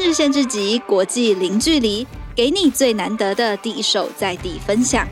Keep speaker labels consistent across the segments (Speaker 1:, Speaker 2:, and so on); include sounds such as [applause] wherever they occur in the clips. Speaker 1: 日限制级国际零距离，给你最难得的第一手在地分享。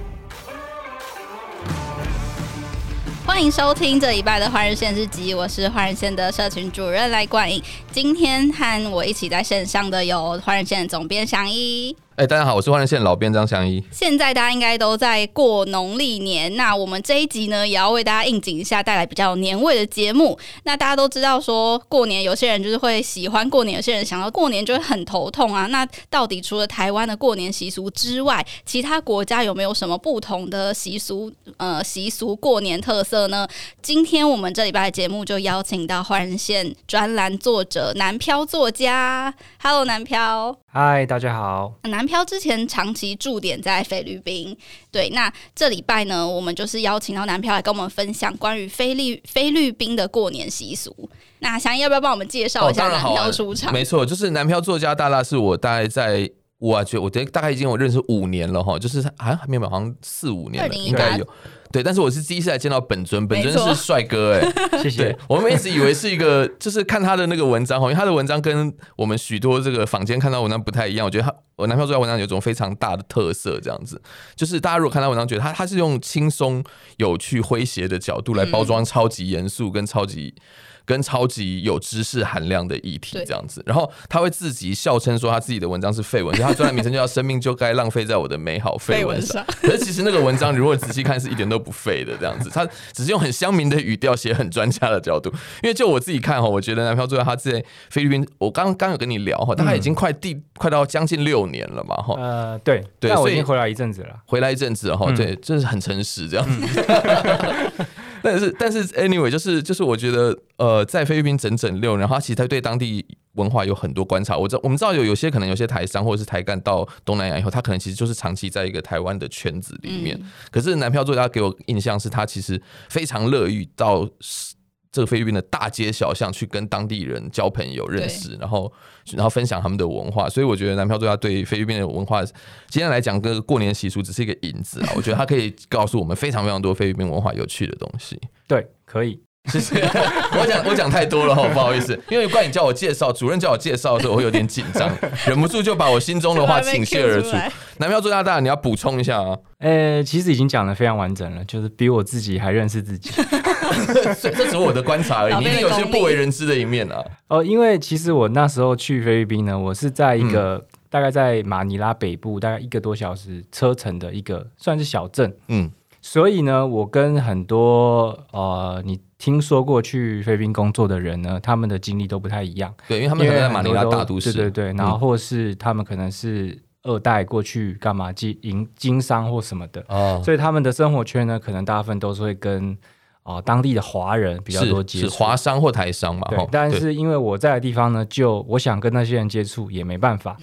Speaker 1: 欢迎收听这一拜的换日线日记，我是换日线的社群主任赖冠颖。今天和我一起在线上的有换日线总编祥一。
Speaker 2: 哎、大家好，我是万人线老编张祥一。
Speaker 1: 现在大家应该都在过农历年，那我们这一集呢，也要为大家应景一下，带来比较有年味的节目。那大家都知道说，过年有些人就是会喜欢过年，有些人想到过年就会很头痛啊。那到底除了台湾的过年习俗之外，其他国家有没有什么不同的习俗？呃，习俗过年特色呢？今天我们这礼拜的节目就邀请到华人线专栏作者南漂作家，Hello 南漂。
Speaker 3: 嗨，大家好。
Speaker 2: [laughs]
Speaker 1: 南漂之前长期驻点在菲律宾，对，那这礼拜呢，我们就是邀请到南漂来跟我们分享关于菲律菲律宾的过年习俗。那祥一要不要帮我们介绍一下
Speaker 2: 哦当然
Speaker 1: 南
Speaker 2: 好
Speaker 1: 漂
Speaker 2: 玩
Speaker 1: 出场？
Speaker 2: 没错，就是男票作家大大是我大概在。我觉得我大概已经我认识五年了哈，就是好像还没有，好像四五年了，
Speaker 1: 2018
Speaker 2: 应该有。对，但是我是第一次来见到本尊，本尊
Speaker 1: 没错
Speaker 2: 是帅哥哎、
Speaker 3: 谢
Speaker 2: 对
Speaker 3: 谢。，
Speaker 2: 我们一直以为是一个，就是看他的那个文章哈，因为他的文章跟我们许多这个坊间看到的文章不太一样。我觉得他我男票作家文章有一种非常大的特色，这样子，就是大家如果看他文章，觉得他他是用轻松、有趣、诙谐的角度来包装超级严肃跟超级。跟超级有知识含量的议题
Speaker 1: 对
Speaker 2: 这样子，然后他会自己笑称说他自己的文章是废文，就他专栏名称就叫“生命就该浪费在我的美好废文上”。可是其实那个文章，如果仔细看，是一点都不废的这样子。他只是用很乡民的语调写很专家的角度。因为就我自己看哈，我觉得南漂最后他在菲律宾，我刚刚有跟你聊哈，大概已经快第、快到将近六年了嘛哈。
Speaker 3: 呃，对，
Speaker 2: 对
Speaker 3: 但
Speaker 2: 所
Speaker 3: 我
Speaker 2: 以
Speaker 3: 已经回来一阵子了。
Speaker 2: 回来一阵子哈，
Speaker 3: 嗯
Speaker 2: 对，就是很诚实这样子。 [laughs] 但是但是，anyway，就是就是，我觉得呃，在菲律宾整整六年，然后他其实他对当地文化有很多观察。我知道我们知道有有些可能有些台商或者是台干到东南亚以后，他可能其实就是长期在一个台湾的圈子
Speaker 1: 嗯
Speaker 2: 里面。可是男票作家给我印象是他其实非常乐于到这个菲律宾的大街小巷去跟当地人交朋友、认识，然后然后分享他们的文化。所以我觉得男票作家对菲律宾的文化，今天来讲跟过年习俗只是一个引子啊，我 [laughs] 觉得他可以告诉我们非常非常多菲律宾文化有趣的东西。
Speaker 3: 对，可以。
Speaker 2: 谢谢，我讲我讲太多了哈，不好意思，因为怪你叫我介绍，主任叫我介绍的时候，我会有点紧张，忍不住就把我心中的话倾泻
Speaker 1: [laughs]
Speaker 2: 而出。 [laughs] 男票作家大大，你要补充一下啊，
Speaker 3: 呃，其实已经讲的非常完整了，就是比我自己还认识自己。
Speaker 2: [laughs] 这这只是我的观察而已，
Speaker 1: 老
Speaker 2: 你一
Speaker 1: 辈的
Speaker 2: 定有些
Speaker 1: 功力
Speaker 2: 不为人知的一面啊。
Speaker 3: 哦，因为其实我那时候去菲律宾呢，我是在一个、
Speaker 2: 嗯
Speaker 3: 大概在马尼拉北部大概一个多小时车程的一个算是小镇，
Speaker 2: 嗯，
Speaker 3: 所以呢，我跟很多呃你听说过去菲律宾工作的人呢，他们的经历都不太一样。
Speaker 2: 对，因为他
Speaker 3: 他
Speaker 2: 们可能在马尼拉大都市，嗯
Speaker 3: 对对对，然后或是他们可能是二代过去干嘛经营经商或什么的，
Speaker 2: 哦，
Speaker 3: 所以他们的生活圈呢，可能大部分都是会跟啊、呃当地的华人比较多接
Speaker 2: 是
Speaker 3: 触。
Speaker 2: 是华哦商或台商嘛，
Speaker 3: 对
Speaker 2: 吼，
Speaker 3: 但
Speaker 2: 对
Speaker 3: 是因为我在的地方呢，就我想跟那些人接触也没
Speaker 2: [laughs]
Speaker 3: 办法，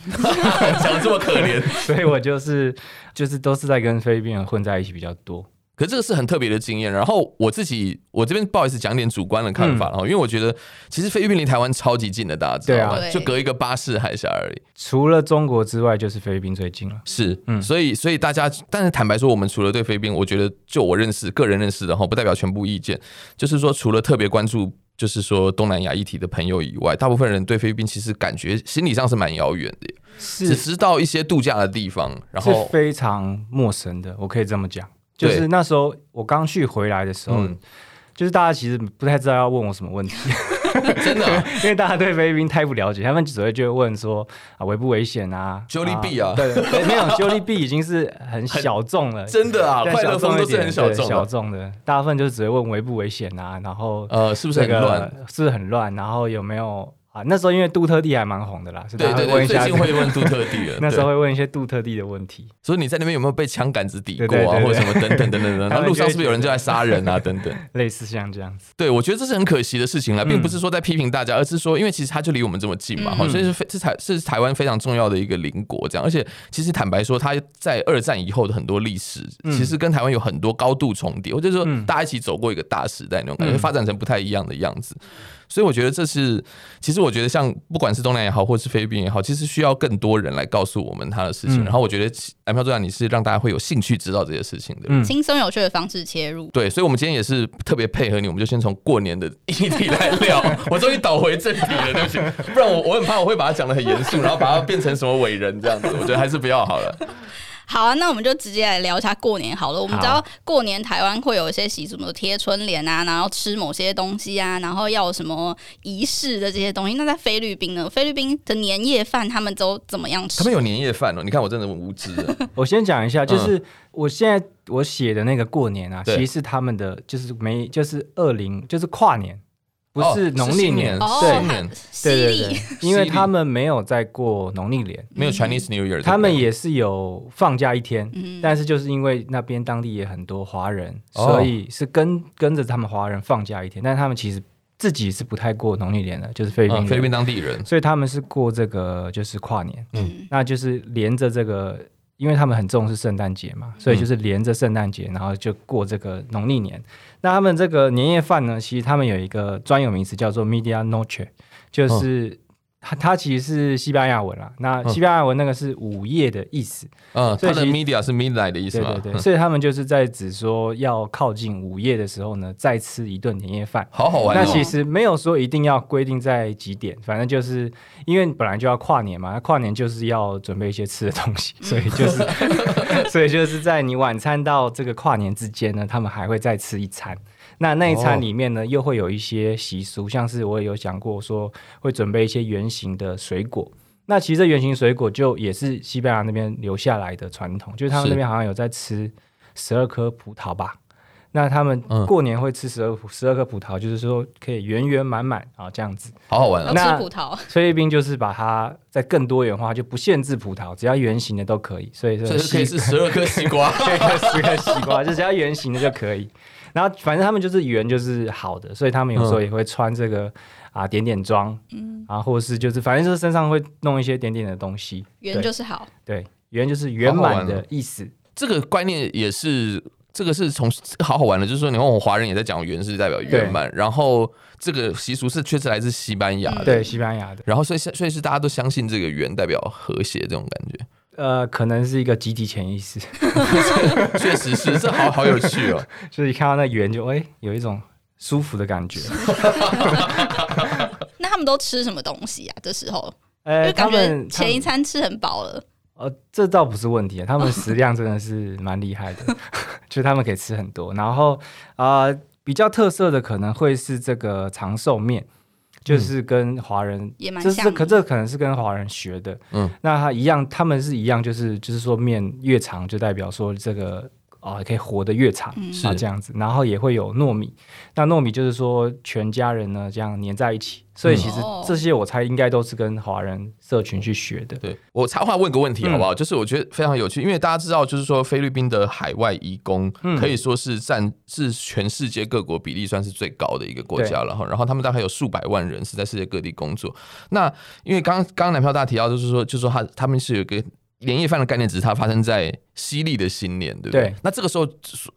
Speaker 2: 讲得这么可怜， [laughs]
Speaker 3: 所以我就是就是都是在跟菲律宾人混在一起比较多。
Speaker 2: 可这个是很特别的经验。然后我自己，我这边不好意思讲点主观的看
Speaker 3: 嗯
Speaker 2: 法，然后、因为我觉得其实菲律宾离台湾超级近的，大家知道吗？
Speaker 1: 对啊
Speaker 2: 就隔一个巴士海峡而已。
Speaker 3: 除了中国之外，就是菲律宾最近了。
Speaker 2: 是，
Speaker 3: 嗯
Speaker 2: 所以所以大家，但是坦白说，我们除了对菲律宾，我觉得就我认识个人认识的哈，不代表全部意见，就是说除了特别关注。就是说东南亚议题的朋友以外，大部分人对菲律宾其实感觉心理上是蛮遥远的，只
Speaker 3: 是
Speaker 2: 知道一些度假的地
Speaker 3: [laughs]
Speaker 2: 方，然
Speaker 3: 是
Speaker 2: 后
Speaker 3: 非常陌生的，我可以这么讲。就
Speaker 2: 对
Speaker 3: 是那时候我刚去回来的时候，
Speaker 2: 嗯
Speaker 3: 就是大家其实不太知道要问我什么问
Speaker 2: [laughs]
Speaker 3: 题，
Speaker 2: 真的啊、
Speaker 3: 因为大家对菲律宾太不了解，他们只会就会问说啊危不危险啊
Speaker 2: Jollibee 啊
Speaker 3: 对，对没有 Jollibee 已经是很小众
Speaker 2: [laughs]
Speaker 3: 了，
Speaker 2: 真的
Speaker 3: [laughs]
Speaker 2: 啊，
Speaker 3: 但
Speaker 2: 快乐风都是很
Speaker 3: 小
Speaker 2: 小
Speaker 3: 众一点对
Speaker 2: 众
Speaker 3: 小
Speaker 2: 的，
Speaker 3: 众的，大部分就只会问危不危险啊，然后
Speaker 2: 呃，是不是
Speaker 3: 这
Speaker 2: 很
Speaker 3: 个
Speaker 2: 乱？
Speaker 3: 是不是很乱，然后有没有啊？那时候因为杜特地还蛮红的啦，所以大
Speaker 2: 对对
Speaker 3: 家会
Speaker 2: 对，
Speaker 3: 问一
Speaker 2: 最
Speaker 3: 下
Speaker 2: 近，会问杜特地了
Speaker 3: [laughs] ，那时候
Speaker 2: 对，
Speaker 3: 会问一些杜特地的问题。
Speaker 2: 所以你在那边有没有被枪杆子抵过啊，
Speaker 3: 对对对对
Speaker 2: 或者什么等等等等等，
Speaker 3: [laughs]
Speaker 2: 然
Speaker 3: 他
Speaker 2: 后
Speaker 3: 们
Speaker 2: 路
Speaker 3: 就
Speaker 2: 上
Speaker 3: 会
Speaker 2: 是不是有人就来杀人
Speaker 3: [laughs]
Speaker 2: 啊，等等？
Speaker 3: 类似像这样子，
Speaker 2: 对，我觉得这是很可惜的事情啦，并
Speaker 3: 嗯
Speaker 2: 不是说在批评大家，而是说因为其实它就离我们这么近嘛，
Speaker 1: 嗯
Speaker 2: 哈、所以是非是台是台湾非常重要的一个邻国这样，而且其实坦白说，它在二战以后的很多历史，
Speaker 3: 嗯
Speaker 2: 其实跟台湾有很多高度重叠，或者说
Speaker 3: 嗯
Speaker 2: 大家一起走过一个大时代那种感觉，
Speaker 3: 嗯
Speaker 2: 发展成不太一样的样子。所以我觉得这是，其实我觉得像不管是东南亚也好，或是菲律宾也好，其实需要更多人来告诉我们他的事情。
Speaker 3: 嗯
Speaker 2: 然后我觉得蓝票作战你是让大家会有兴趣知道这些事情的。
Speaker 3: 嗯，
Speaker 1: 轻松有趣的方式切入。
Speaker 2: 对，所以，我们今天也是特别配合你，我们就先从过年的议题来聊。
Speaker 3: [laughs]
Speaker 2: 我终于倒回正题了，对不起，不然我我很怕我会把它讲的很严肃，然后把它变成什么伟人这样子，我觉得还是不要好了。
Speaker 1: 好啊，那我们就直接来聊一下过年好了。我们
Speaker 3: 好
Speaker 1: 知道过年台湾会有一些习俗，什么贴春联啊，然后吃某些东西啊，然后要有什么仪式的这些东西。那在菲律宾呢？菲律宾的年夜饭他们都怎么样吃
Speaker 2: 他？们有年夜饭哦，你看我真的很无知啊。
Speaker 3: 我先讲一下，就是我现在我写的那个过年啊，
Speaker 2: 嗯对
Speaker 3: 其实是他们的就是没就是二零就是跨年，不
Speaker 2: 哦
Speaker 3: 是农
Speaker 2: 是
Speaker 3: 历
Speaker 2: 新
Speaker 3: 年，
Speaker 2: 年
Speaker 1: 哦，
Speaker 3: 嗯对
Speaker 2: 新年
Speaker 1: 很犀
Speaker 3: 对
Speaker 1: 利
Speaker 3: 对对，因为
Speaker 2: 犀利
Speaker 3: 他们没有在过农历年，
Speaker 2: 没有 Chinese New Year，
Speaker 3: 嗯他们
Speaker 2: 对不对
Speaker 3: 也是有放假一天，
Speaker 1: 嗯
Speaker 3: 但是就是因为那边当地也很多华人，
Speaker 2: 哦
Speaker 3: 所以是跟跟着他们华人放假一天，但他们其实自己是不太过农历年的，就是菲律宾
Speaker 2: 嗯
Speaker 3: 人、
Speaker 2: 菲律宾当地人，
Speaker 3: 所以他们是过这个就是跨年，
Speaker 1: 嗯，
Speaker 3: 那就是连着这个，因为他们很重视圣诞节嘛，所以就是连着圣诞节，然后就过这个农历年。那他们这个年夜饭呢，其实他们有一个专有名词叫做 media noche，就是、它它其实是西班牙文啦。那
Speaker 2: 嗯
Speaker 3: 西班牙文那个是午夜的意思，
Speaker 2: 嗯，
Speaker 3: 所以
Speaker 2: 他的
Speaker 3: 其实
Speaker 2: media 是 midnight 的意思
Speaker 3: 对
Speaker 2: 吗？
Speaker 3: 对对，
Speaker 2: 嗯
Speaker 3: 所以他们就是在指说要靠近午夜的时候呢，再吃一顿年夜饭。
Speaker 2: 好好玩
Speaker 3: 那
Speaker 2: 哦。
Speaker 3: 其实没有说一定要规定在几点，反正就是因为本来就要跨年嘛，那跨年就是要准备一些吃的东西， [laughs] 所以就是所以就是在你晚餐到这个跨年之间呢，他们还会再吃一餐。那那一
Speaker 2: 哦
Speaker 3: 餐里面呢，又会有一些习俗，像是我也有讲过说会准备一些圆形的水果。那其实这圆形水果就也是西班牙那边留下来的传统，就是他们
Speaker 2: 是
Speaker 3: 那边好像有在吃十二颗葡萄吧。那他们
Speaker 2: 嗯
Speaker 3: 过年会吃十二十二颗葡萄，就是说可以圆圆满满啊这样子。
Speaker 2: 好好玩
Speaker 1: 要
Speaker 2: 啊。
Speaker 3: 那
Speaker 1: 哦吃葡萄，
Speaker 3: 菲律宾就是把它在更多元化，就不限制葡萄，只要圆形的都可以。所以
Speaker 2: 这
Speaker 3: 说
Speaker 2: 是可以
Speaker 3: 嗯西，
Speaker 2: 是十二颗西瓜
Speaker 3: 这个 [laughs] 十个西瓜，就只要圆形的就可以。然后反正他们就是圆就是好的，所以他们有时候
Speaker 2: 嗯
Speaker 3: 也会穿这个、啊点点装，嗯，啊或者是就是反正就是身上会弄一些点点的东西。
Speaker 1: 圆就是好。
Speaker 3: 对，圆就是圆
Speaker 2: 好好
Speaker 3: 满
Speaker 2: 玩哦
Speaker 3: 的意思。
Speaker 2: 这个观念也是。这个是从好好玩的，就是说，你看我们华人也在讲圆是代表圆满，然后这个习俗是确实来自西班牙的，
Speaker 1: 嗯
Speaker 3: 对，西班牙的，
Speaker 2: 然后所以所以是大家都相信这个圆代表和谐这种感觉。
Speaker 3: 呃，可能是一个集体潜意识， [laughs]
Speaker 2: 确实是，这好好有趣哦。
Speaker 3: 就是一看到那圆就哎、有一种舒服的
Speaker 1: [laughs]
Speaker 3: 感觉。
Speaker 1: 那他们都吃什么东西啊？这时候
Speaker 3: 呃，
Speaker 1: 就
Speaker 3: 他
Speaker 1: 感
Speaker 3: 们
Speaker 1: 觉
Speaker 3: 他
Speaker 1: 前一
Speaker 3: 们
Speaker 1: 餐吃很饱了，
Speaker 3: 呃，这倒不是问题啊，他们食量真的是蛮厉
Speaker 1: [laughs]
Speaker 3: 害的， [laughs] 就是他们可以吃很多。然后啊、呃比较特色的可能会是这个长寿面，
Speaker 2: 嗯
Speaker 3: 就是跟华人。
Speaker 1: 也蛮
Speaker 3: 这
Speaker 1: 像
Speaker 3: 是
Speaker 1: 的。
Speaker 3: 可这可能是跟华人学的，
Speaker 2: 嗯
Speaker 3: 嗯，那他一样，他们是一样，就是就是说面越长就代表说这个啊、可以活得越长，
Speaker 1: 嗯
Speaker 2: 是
Speaker 3: 啊这样子，然后也会有糯米，那糯米就是说全家人呢这样粘在一起，所
Speaker 2: 嗯
Speaker 3: 以其实
Speaker 1: 哦
Speaker 3: 这些我猜应该都是跟华人社群去学的，嗯
Speaker 2: 对我插话问个问题好不好？就是我觉得非常有趣，因为大家知道，就是说菲律宾的海外移工
Speaker 3: 嗯
Speaker 2: 可以说是占是全世界各国比例算是最高的一个国家了哈。然后他们大概有数百万人是在世界各地工作。那因为刚刚刚男票大提到，就是说，就是说他他们是有一个。年夜饭的概念只是它发生在西历的新年，对不对？
Speaker 3: 对
Speaker 2: 那这个时候，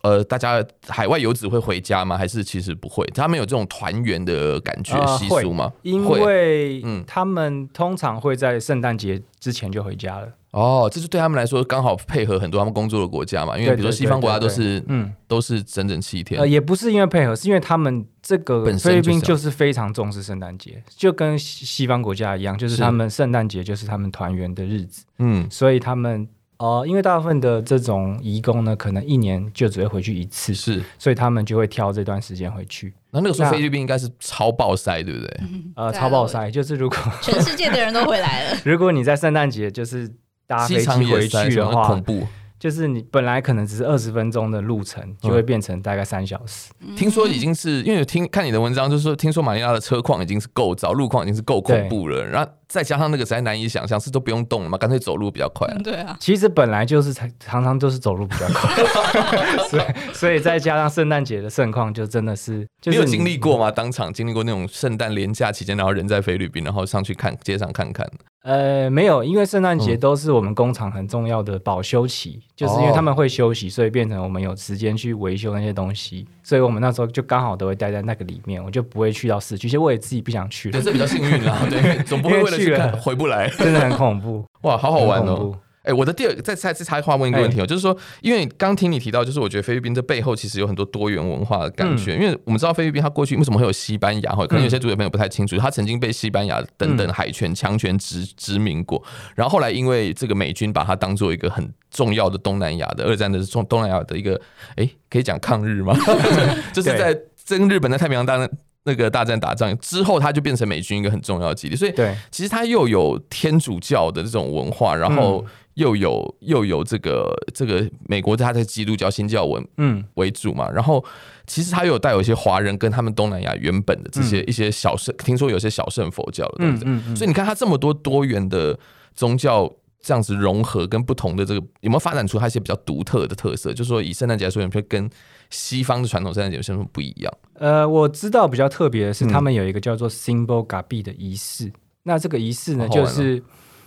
Speaker 2: 呃，大家海外游子会回家吗？还是其实不会？他们有这种团圆的感觉
Speaker 3: 呃
Speaker 2: 习
Speaker 3: 会
Speaker 2: 俗吗？
Speaker 3: 因
Speaker 2: 会
Speaker 3: 为
Speaker 2: 嗯
Speaker 3: 他们通常会在圣诞节之前就回家了。
Speaker 2: 哦，这是对他们来说刚好配合很多他们工作的国家嘛，因为
Speaker 3: 对
Speaker 2: 比如说
Speaker 3: 对
Speaker 2: 西方国家
Speaker 3: 对
Speaker 2: 都
Speaker 3: 对
Speaker 2: 是
Speaker 3: 嗯，
Speaker 2: 都是整整七天
Speaker 3: 呃，，也不是因为配合，是因为他们这个
Speaker 2: 本身
Speaker 3: 菲律宾
Speaker 2: 就啊
Speaker 3: 就是非常重视圣诞节，就跟西西方国家一样，就是
Speaker 2: 是
Speaker 3: 他们圣诞节就是他们团圆的日子，
Speaker 2: 嗯，
Speaker 3: 所以他们。呃，因为大部分的这种移工呢，可能一年就只会回去一次，
Speaker 2: 是。
Speaker 3: 所以他们就会挑这段时间回去。
Speaker 2: 那那个时候
Speaker 3: 那
Speaker 2: 菲律宾应该是超爆塞，对不对？
Speaker 3: 呃，
Speaker 1: 对啊
Speaker 3: 超爆塞，就是如果 [laughs]
Speaker 1: 全世界的人都回来了，
Speaker 3: 如果你在圣诞节就是搭啊飞
Speaker 2: 机
Speaker 3: 机
Speaker 2: 场也
Speaker 3: 回
Speaker 2: 塞，
Speaker 3: 去
Speaker 2: 什
Speaker 3: 的
Speaker 2: 么
Speaker 3: 话，
Speaker 2: 恐怖。
Speaker 3: 就是你本来可能只是二十分钟的路程，
Speaker 2: 嗯
Speaker 3: 就会变成大概三小时。
Speaker 2: 听说已经是因为有听看你的文章，就是说听说马尼拉的车况已经是够糟，路况已经是够恐怖了。然后再加上那个实在难以想象，是都不用动了嘛，干脆走路比较快啊、
Speaker 1: 嗯对啊，
Speaker 3: 其实本来就是才常常都是走路比较快，
Speaker 2: [laughs]
Speaker 3: 所以所以再加上圣诞节的盛况，就真的是就
Speaker 2: 你
Speaker 3: 是
Speaker 2: 有经历过吗？当场经历过那种圣诞连假期间，然后人在菲律宾，然后上去看街上看
Speaker 3: [laughs]
Speaker 2: 看，
Speaker 3: 呃，没有，因为圣诞节
Speaker 2: 嗯哦
Speaker 3: 都是我们工厂很重要的保修期，就是因为他们会休息，所以变成我们有时间去维修那些东西，所以我们那时候就刚好都会待在那个里面，我就不会去到市区，其实我也自己不想去
Speaker 2: 对，，这比较幸运啦。对，总不会为了去
Speaker 3: 因为去
Speaker 2: 看
Speaker 3: 了
Speaker 2: 回不来。
Speaker 3: 真的很恐怖，
Speaker 2: 哇，好好玩
Speaker 3: 很
Speaker 2: 哦、
Speaker 3: 恐怖哎
Speaker 2: 哎、我的第二再再再插话问一个问题哦、就是说，因为刚听你提到，就是我觉得菲律宾这背后其实有很多多元文化的
Speaker 3: 嗯
Speaker 2: 感觉，因为我们知道菲律宾它过去为什么会有西班牙，或可能有些读者朋友不太清楚，它曾经被西班牙等等海权强权殖殖民过，然后后来因为这个美军把它当做一个很重要的东南亚的二战的中东南亚的一个，哎、可以讲抗日吗？ [laughs] 就是
Speaker 3: 对
Speaker 2: 在跟日本在太平洋大战那个大战打仗之后，它就变成美军一个很重要的基地，所以
Speaker 3: 对，
Speaker 2: 其实它又有天主教的这种文化，然后
Speaker 3: 嗯
Speaker 2: 又有、又有这个这个美国它的基督教新教文
Speaker 3: 嗯。
Speaker 2: 为主嘛，然后其实它又有带有一些华人跟他们东南亚原本的这些、一些小圣，听说有些小圣佛教的东
Speaker 3: 嗯
Speaker 2: 西，
Speaker 3: 嗯嗯，
Speaker 2: 所以你看它这么多多元的宗教。这样子融合跟不同的这个有没有发展出它一些比较独特的特色？就是说，以圣诞节来说，有没有跟西方的传统圣诞节有什么不一样？
Speaker 3: 呃，我知道比较特别的是，
Speaker 2: 嗯
Speaker 3: 他们有一个叫做 Symbol Gabi 的仪式。那这个仪式呢，
Speaker 2: 好好玩
Speaker 3: 就
Speaker 2: 哦
Speaker 3: 是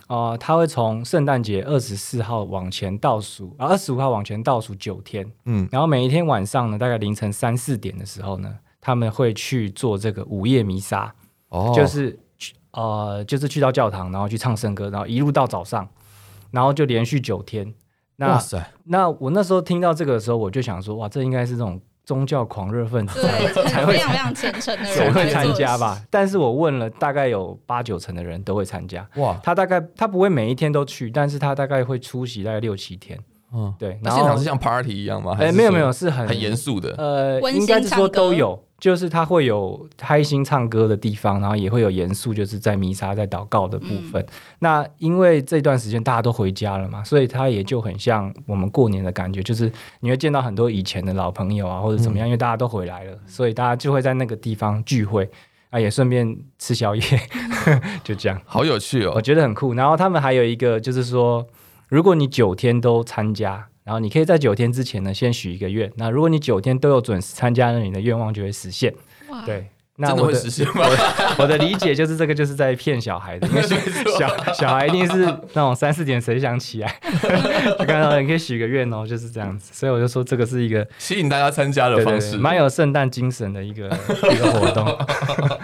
Speaker 3: 呃，它会从圣诞节二十四号往前倒数，啊，二十五号往前倒数九天，
Speaker 2: 嗯，
Speaker 3: 然后每一天晚上呢，大概凌晨三四点的时候呢，他们会去做这个午夜弥撒，
Speaker 2: 哦
Speaker 3: 就是去呃，就是去到教堂，然后去唱圣歌，然后一路到早上，然后就连续九天。
Speaker 2: 哇
Speaker 3: 那
Speaker 2: 塞，
Speaker 3: 那我那时候听到这个的时候，我就想说，哇，这应该是这种宗教狂热分子才
Speaker 1: 对，就是
Speaker 3: [laughs] 才会
Speaker 1: 非常非常虔诚的人
Speaker 3: 谁
Speaker 1: 才
Speaker 3: 会
Speaker 1: 做
Speaker 3: 参
Speaker 1: 的
Speaker 3: 加
Speaker 1: 事
Speaker 3: 吧？但是我问了，大概有八九成的人都会参加。
Speaker 2: 哇，
Speaker 3: 他大概他不会每一天都去，但是他大概会出席大概六七天。
Speaker 2: 嗯，
Speaker 3: 对，
Speaker 2: 那
Speaker 3: 然
Speaker 2: 现
Speaker 3: 后
Speaker 2: 场是像 party 一样吗？还
Speaker 3: 哎，
Speaker 2: 是
Speaker 3: 没有
Speaker 2: 说
Speaker 3: 没有，是很
Speaker 2: 很严肃的。
Speaker 3: 呃，
Speaker 1: 温馨
Speaker 3: 应该是
Speaker 1: 唱歌
Speaker 3: 说都有，就是他会有开心唱歌的地方，然后也会有严肃，就是在弥撒、在祷告的部
Speaker 1: 嗯
Speaker 3: 分。那因为这段时间大家都回家了嘛，所以他也就很像我们过年的感觉，就是你会见到很多以前的老朋友啊，或者怎么样，因为大家都回来了，所以大家就会在那个地方聚会。啊，也顺便吃宵夜， [laughs] 就这样，
Speaker 2: 好有趣
Speaker 3: 我
Speaker 2: 哦！
Speaker 3: 觉得很酷。然后他们还有一个就是说，如果你九天都参加，然后你可以在九天之前呢先许一个愿。那如果你九天都有准时参加，那你的愿望就会实现。
Speaker 1: 哇，
Speaker 3: 对，那
Speaker 2: 真的
Speaker 3: 我
Speaker 2: 会
Speaker 3: 的
Speaker 2: 实现吗？ [laughs]
Speaker 3: 我的理解就是这个就是在骗小孩的，因为小
Speaker 2: [laughs]
Speaker 3: 小小孩一定是那种三四点谁想起来， [laughs] 就看到你可以许个愿哦，就是这样子。所以我就说这个是一个
Speaker 2: 吸引大家参加的
Speaker 3: 对
Speaker 2: 方
Speaker 3: 对
Speaker 2: 式
Speaker 3: 对，。蛮有圣诞精神的一个一个活动。
Speaker 2: [laughs]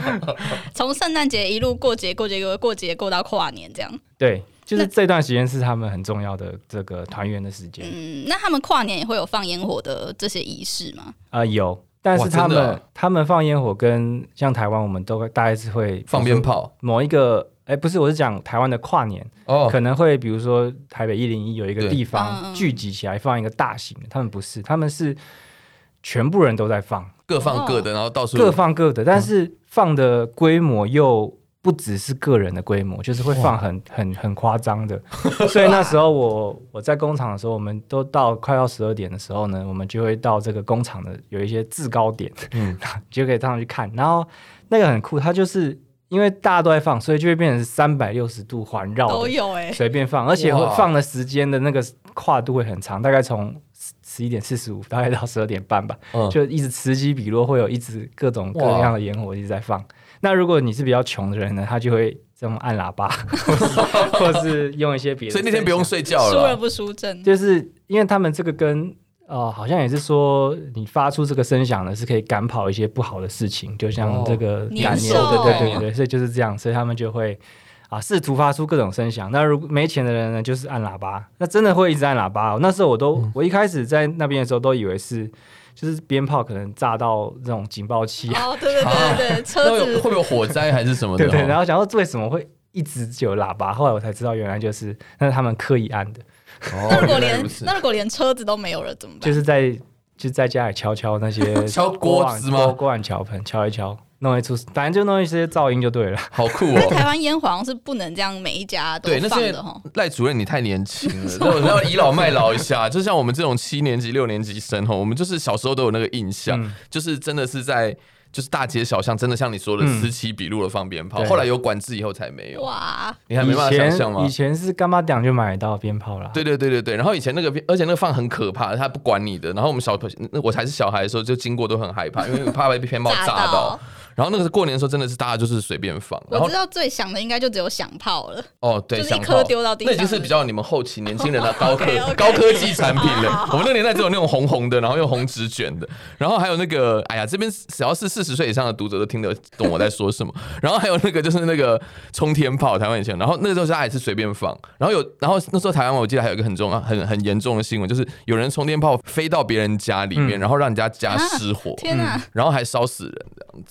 Speaker 1: 从圣诞节一路过节过节过过节过到跨年这样。
Speaker 3: 对，就是
Speaker 1: 那
Speaker 3: 这段时间是他们很重要的这个团圆的时间。
Speaker 1: 嗯，那他们跨年也会有放烟火的这些仪式吗？
Speaker 3: 啊、有，但是
Speaker 2: 真
Speaker 3: 他
Speaker 2: 的
Speaker 3: 们、
Speaker 2: 啊
Speaker 3: 他们放烟火跟像台湾，我们都会大概是会
Speaker 2: 放鞭，炮
Speaker 3: 某一个。哎，不是，我是讲台湾的跨年，
Speaker 2: 哦
Speaker 3: 可能会比如说台北一零一有一个
Speaker 2: 对
Speaker 1: 嗯
Speaker 3: 地
Speaker 1: 嗯
Speaker 3: 方
Speaker 1: 嗯
Speaker 3: 聚集起来放一个大型的，他们不是，他们是全部人都在放，
Speaker 2: 各放
Speaker 1: 哦
Speaker 2: 各的，然后到处
Speaker 3: 各放各的，
Speaker 2: 嗯
Speaker 3: 但是放的规模又不只是个人的规模，就是会放很很很夸张的。 [laughs] 所以那时候我我在工厂的时候，我们都到快要十二点的时候呢，我们就会到这个工厂的有一些制高点，
Speaker 2: 嗯
Speaker 3: 嗯， [laughs] 就可以上去看。然后那个很酷，它就是因为大家都在放，所以就会变成三百六十度环绕
Speaker 1: 都
Speaker 3: 的
Speaker 1: 有哎、
Speaker 3: 随便放，而且会
Speaker 2: 哇
Speaker 3: 放的时间的那个跨度会很长，大概从十一点四十五大概到十二点半吧，
Speaker 2: 嗯
Speaker 3: 就一直此起彼落，会有一直各种各样的烟火一直在放。那如果你是比较穷的人呢，他就会这么按喇
Speaker 2: [laughs]
Speaker 3: 叭，或是或是用一些别的，
Speaker 2: 所以那天不用，睡觉
Speaker 1: 输了
Speaker 2: 了。啊
Speaker 1: 不输阵，
Speaker 3: 就是因为他们这个跟。呃，好像也是说，你发出这个声响呢，是可以赶跑一些不好的事情，就像这个
Speaker 1: 哦
Speaker 3: 赶
Speaker 1: 年
Speaker 3: 年，
Speaker 1: 兽
Speaker 3: 对对对对，所以就是这样，所以他们就会啊试图发出各种声响。那如果没钱的人呢，就是按喇叭，那真的会一直按喇叭、哦。那时候我都，我一开始在那边的时候都以为是就是鞭炮可能炸到这种警报器啊，
Speaker 1: 哦，对对对对对，
Speaker 2: 那
Speaker 1: 车
Speaker 2: 会有
Speaker 1: 子
Speaker 2: 会不会有火灾还是什么的？
Speaker 3: 对对，然
Speaker 2: 哦
Speaker 3: 后想说为什么会一直就有喇叭，后来我才知道原来就是那是他们刻意按的，
Speaker 1: 那如果
Speaker 2: 哦原来
Speaker 1: 连
Speaker 2: 如此
Speaker 1: 那如果连车子都没有了怎么办？
Speaker 3: 就是在就在家里敲敲那些
Speaker 2: [laughs] 敲锅子吗
Speaker 3: 锅碗锅碗瓢盆敲一敲，弄一出，反正就弄一些噪音就对了。
Speaker 2: 好酷
Speaker 1: 在
Speaker 2: 哦！
Speaker 1: 台湾烟火好像是不能这样每一家都
Speaker 2: 对，那
Speaker 1: 放
Speaker 2: 是因
Speaker 1: 的哦
Speaker 2: 为
Speaker 1: 哈。
Speaker 2: 赖主任你太年轻
Speaker 1: [laughs]
Speaker 2: 了，那我要倚老卖老一下。就哦像我们这种七年级、六年级生吼，我们就是小时候都有那个印象，
Speaker 3: 嗯
Speaker 2: 就是真的是在。就是大街小巷真的像你说的
Speaker 3: 嗯
Speaker 2: 此起彼落的放鞭炮，
Speaker 3: 对
Speaker 2: 后来有管制以后才没有，
Speaker 1: 哇，
Speaker 2: 你还没办法想象吗
Speaker 3: 以前以？前是干妈档就买得到鞭炮啦，
Speaker 2: 对对对对对，然后以前那个，而且那个放很可怕，他不管你的。然后我们小朋友，那我才是小孩的时候，就经过都很害怕，因为很怕被鞭炮
Speaker 1: [laughs] 炸哦
Speaker 2: 炸到。然后那个是过年的时候，真的是大家就是随便放。然
Speaker 1: 我
Speaker 2: 后
Speaker 1: 知道最响的应该就只有响炮了，
Speaker 2: 哦，对，
Speaker 1: 就是一
Speaker 2: 想
Speaker 1: 颗
Speaker 2: 到
Speaker 1: 丢到地
Speaker 2: 那已
Speaker 1: 上
Speaker 2: 经是
Speaker 1: 的哦
Speaker 2: 比较你们后期年轻人的高科
Speaker 1: OK，OK
Speaker 2: 高科技产品
Speaker 1: [laughs]
Speaker 2: 了。我们那年代只有那种红红的，然后用红纸卷的，然后还有那个，哎呀，这边只要是四十岁以上的读者都听得懂我在说什么。 [laughs] 然后还有那个就是那个冲天炮，台湾以前，然后那个时候大家也是随便放，然后有，然后那时候台湾我记得还有一个很重要、很很严重的新闻，就是有人冲天炮飞到别人家里面，然后让人家家失火，
Speaker 1: 啊天哪！
Speaker 2: 然后还烧死人。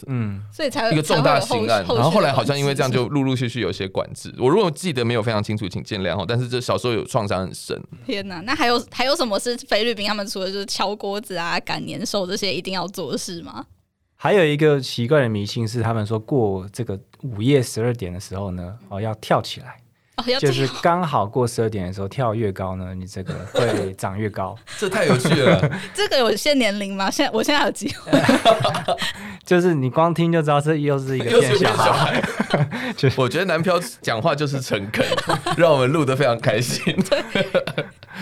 Speaker 3: 嗯，
Speaker 1: 所以才
Speaker 2: 嗯一个重大
Speaker 1: 呃才会
Speaker 2: 刑
Speaker 1: 有
Speaker 2: 案，
Speaker 1: 后
Speaker 2: 然后后来
Speaker 1: 续的
Speaker 2: 好像因为这样
Speaker 1: 管制
Speaker 2: 就陆陆续续有一些管制。我如果记得没有非常清楚，请见谅哦哈。但是这小时候有创伤很深，
Speaker 1: 天哪，那还有还有什么是菲律宾他们除了就是敲锅子啊、赶年兽这些一定要做的事吗？
Speaker 3: 还有一个奇怪的迷信是，他们说过这个午夜十二点的时候呢，哦要跳起来，
Speaker 1: 哦，要这
Speaker 3: 就
Speaker 1: 样
Speaker 3: 是刚好过十二点的时候跳越高呢，你这个会长越高。 [laughs]
Speaker 2: 这太有趣 [laughs] 了。
Speaker 1: 这个有限年龄吗？现在我现在还有机会，
Speaker 3: 就是你光听就知道这又是一个
Speaker 2: 又
Speaker 3: 骗
Speaker 2: 是
Speaker 3: 笑
Speaker 2: 骗小
Speaker 3: 话。
Speaker 2: 孩，我觉得南漂讲话就是诚恳，让我们录得非常
Speaker 1: [laughs]
Speaker 2: 开心。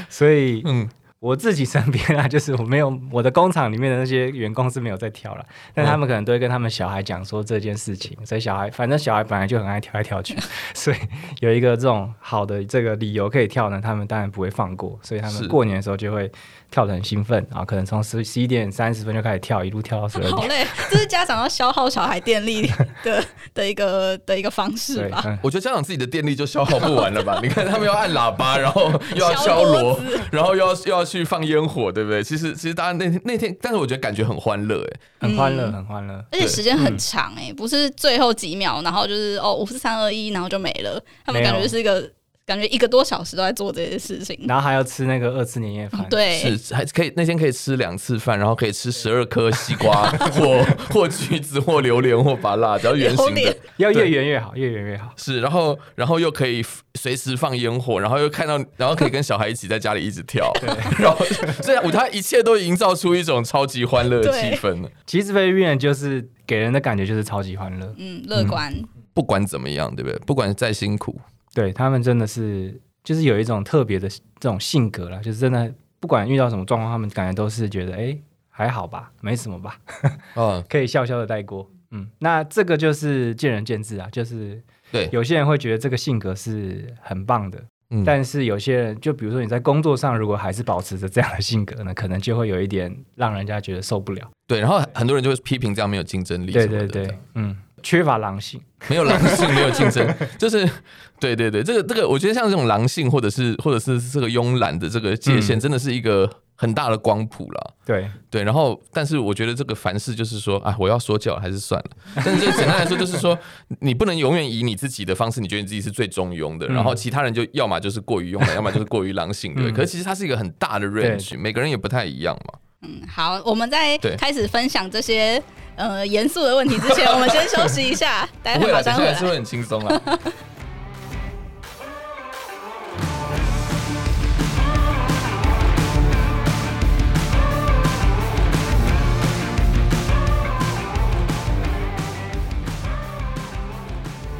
Speaker 3: 所以
Speaker 2: 嗯，
Speaker 3: 我自己身边啊， [laughs] 就是我没有我的工厂里面的那些员工是没有在跳了，
Speaker 2: 嗯
Speaker 3: 但他们可能都会跟他们小孩讲说这件事情，所以小孩反正小孩本来就很爱跳来
Speaker 2: [laughs]
Speaker 3: 跳去，所以有一个这种好的这个理由可以跳呢，他们当然不会放过，所以他
Speaker 2: 是
Speaker 3: 们过年的时候就会跳得很兴奋啊，可能从十十一点三十分就开始跳，一路跳到十二
Speaker 1: 好
Speaker 3: 点，
Speaker 1: 累，这是家长要消耗小孩电力的的一个的一个方式
Speaker 3: 对，
Speaker 1: 吧。
Speaker 3: 嗯
Speaker 2: 我觉得家长自己的电力就消耗不完了
Speaker 1: [laughs]
Speaker 2: 吧？你看他们要按喇叭，然后又要敲
Speaker 1: 敲
Speaker 2: 锣
Speaker 1: 锅子，
Speaker 2: 然后又要又要去放烟火，对不对？其实其实大家那天那天，但是我觉得感觉很欢乐哎。
Speaker 3: 很欢乐，很欢乐。
Speaker 1: 而且时间很长哎、不是最后几秒，然后就是哦五四三二一，然后就没了。他们
Speaker 3: 没有
Speaker 1: 感觉是一个感觉一个多小时都在做这些事情。
Speaker 3: 然后还要吃那个二次年夜饭，
Speaker 1: 嗯对，
Speaker 2: 是还可以那天可以吃两次饭，然后可以吃十二颗西
Speaker 1: [laughs]
Speaker 2: 瓜或或橘子或榴莲或芭辣，只要圆形
Speaker 1: 榴莲
Speaker 2: 的。
Speaker 3: 要越
Speaker 2: 对
Speaker 3: 圆越好，越圆越好。
Speaker 2: 是，然后然后又可以 f- 随时放烟火，然后又看到，然后可以跟小孩一起在家里一直跳，然后这样，我他一切都营造出一种超级欢乐的
Speaker 1: 对
Speaker 2: 气氛了。
Speaker 3: 其实菲律宾人就是给人的感觉就是超级欢乐，
Speaker 1: 嗯，乐观。
Speaker 2: 不管怎么样，对不对？不管再辛苦，
Speaker 3: 对他们真的是就是有一种特别的这种性格啦，就是真的不管遇到什么状况，他们感觉都是觉得哎、诶还好吧，没什么吧， [laughs]
Speaker 2: 嗯，
Speaker 3: 可以笑笑的带过。嗯，那这个就是见仁见智啊，就是
Speaker 2: 对，
Speaker 3: 有些人会觉得这个性格是很棒的，
Speaker 2: 嗯，
Speaker 3: 但是有些人就比如说你在工作上如果还是保持着这样的性格呢，可能就会有一点让人家觉得受不了。
Speaker 2: 对，然后很多人就会批评这样没有竞争力，
Speaker 3: 对对对，嗯，缺乏狼性。
Speaker 2: 没有狼性，没有竞争， [laughs] 就是对对对，这个这个，我觉得像这种狼性或者是或者是这个慵懒的这个界限，
Speaker 3: 嗯
Speaker 2: 真的是一个很大的光谱啦。 [laughs]
Speaker 3: 对，
Speaker 2: 对，然后但是我觉得这个凡事就是说，啊，我要说教还是算了。但是就简单来说，就是说 [laughs] 你不能永远以你自己的方式，你觉得你自己是最中庸的，
Speaker 3: 嗯
Speaker 2: 然后其他人就要么就是过于慵懒，要么就是过于狼性，对不对。
Speaker 3: 嗯
Speaker 2: 可是其实它是一个很大的 range，每个人也不太一样嘛。
Speaker 1: 嗯，好，我们在
Speaker 2: 对
Speaker 1: 开始分享这些呃严肃的问题之前，我们先休息一下，待
Speaker 2: 不
Speaker 1: 会
Speaker 2: 会
Speaker 1: 马
Speaker 2: 啦，
Speaker 1: 上
Speaker 2: 等
Speaker 1: 回来
Speaker 2: 下还。是会很轻松啦。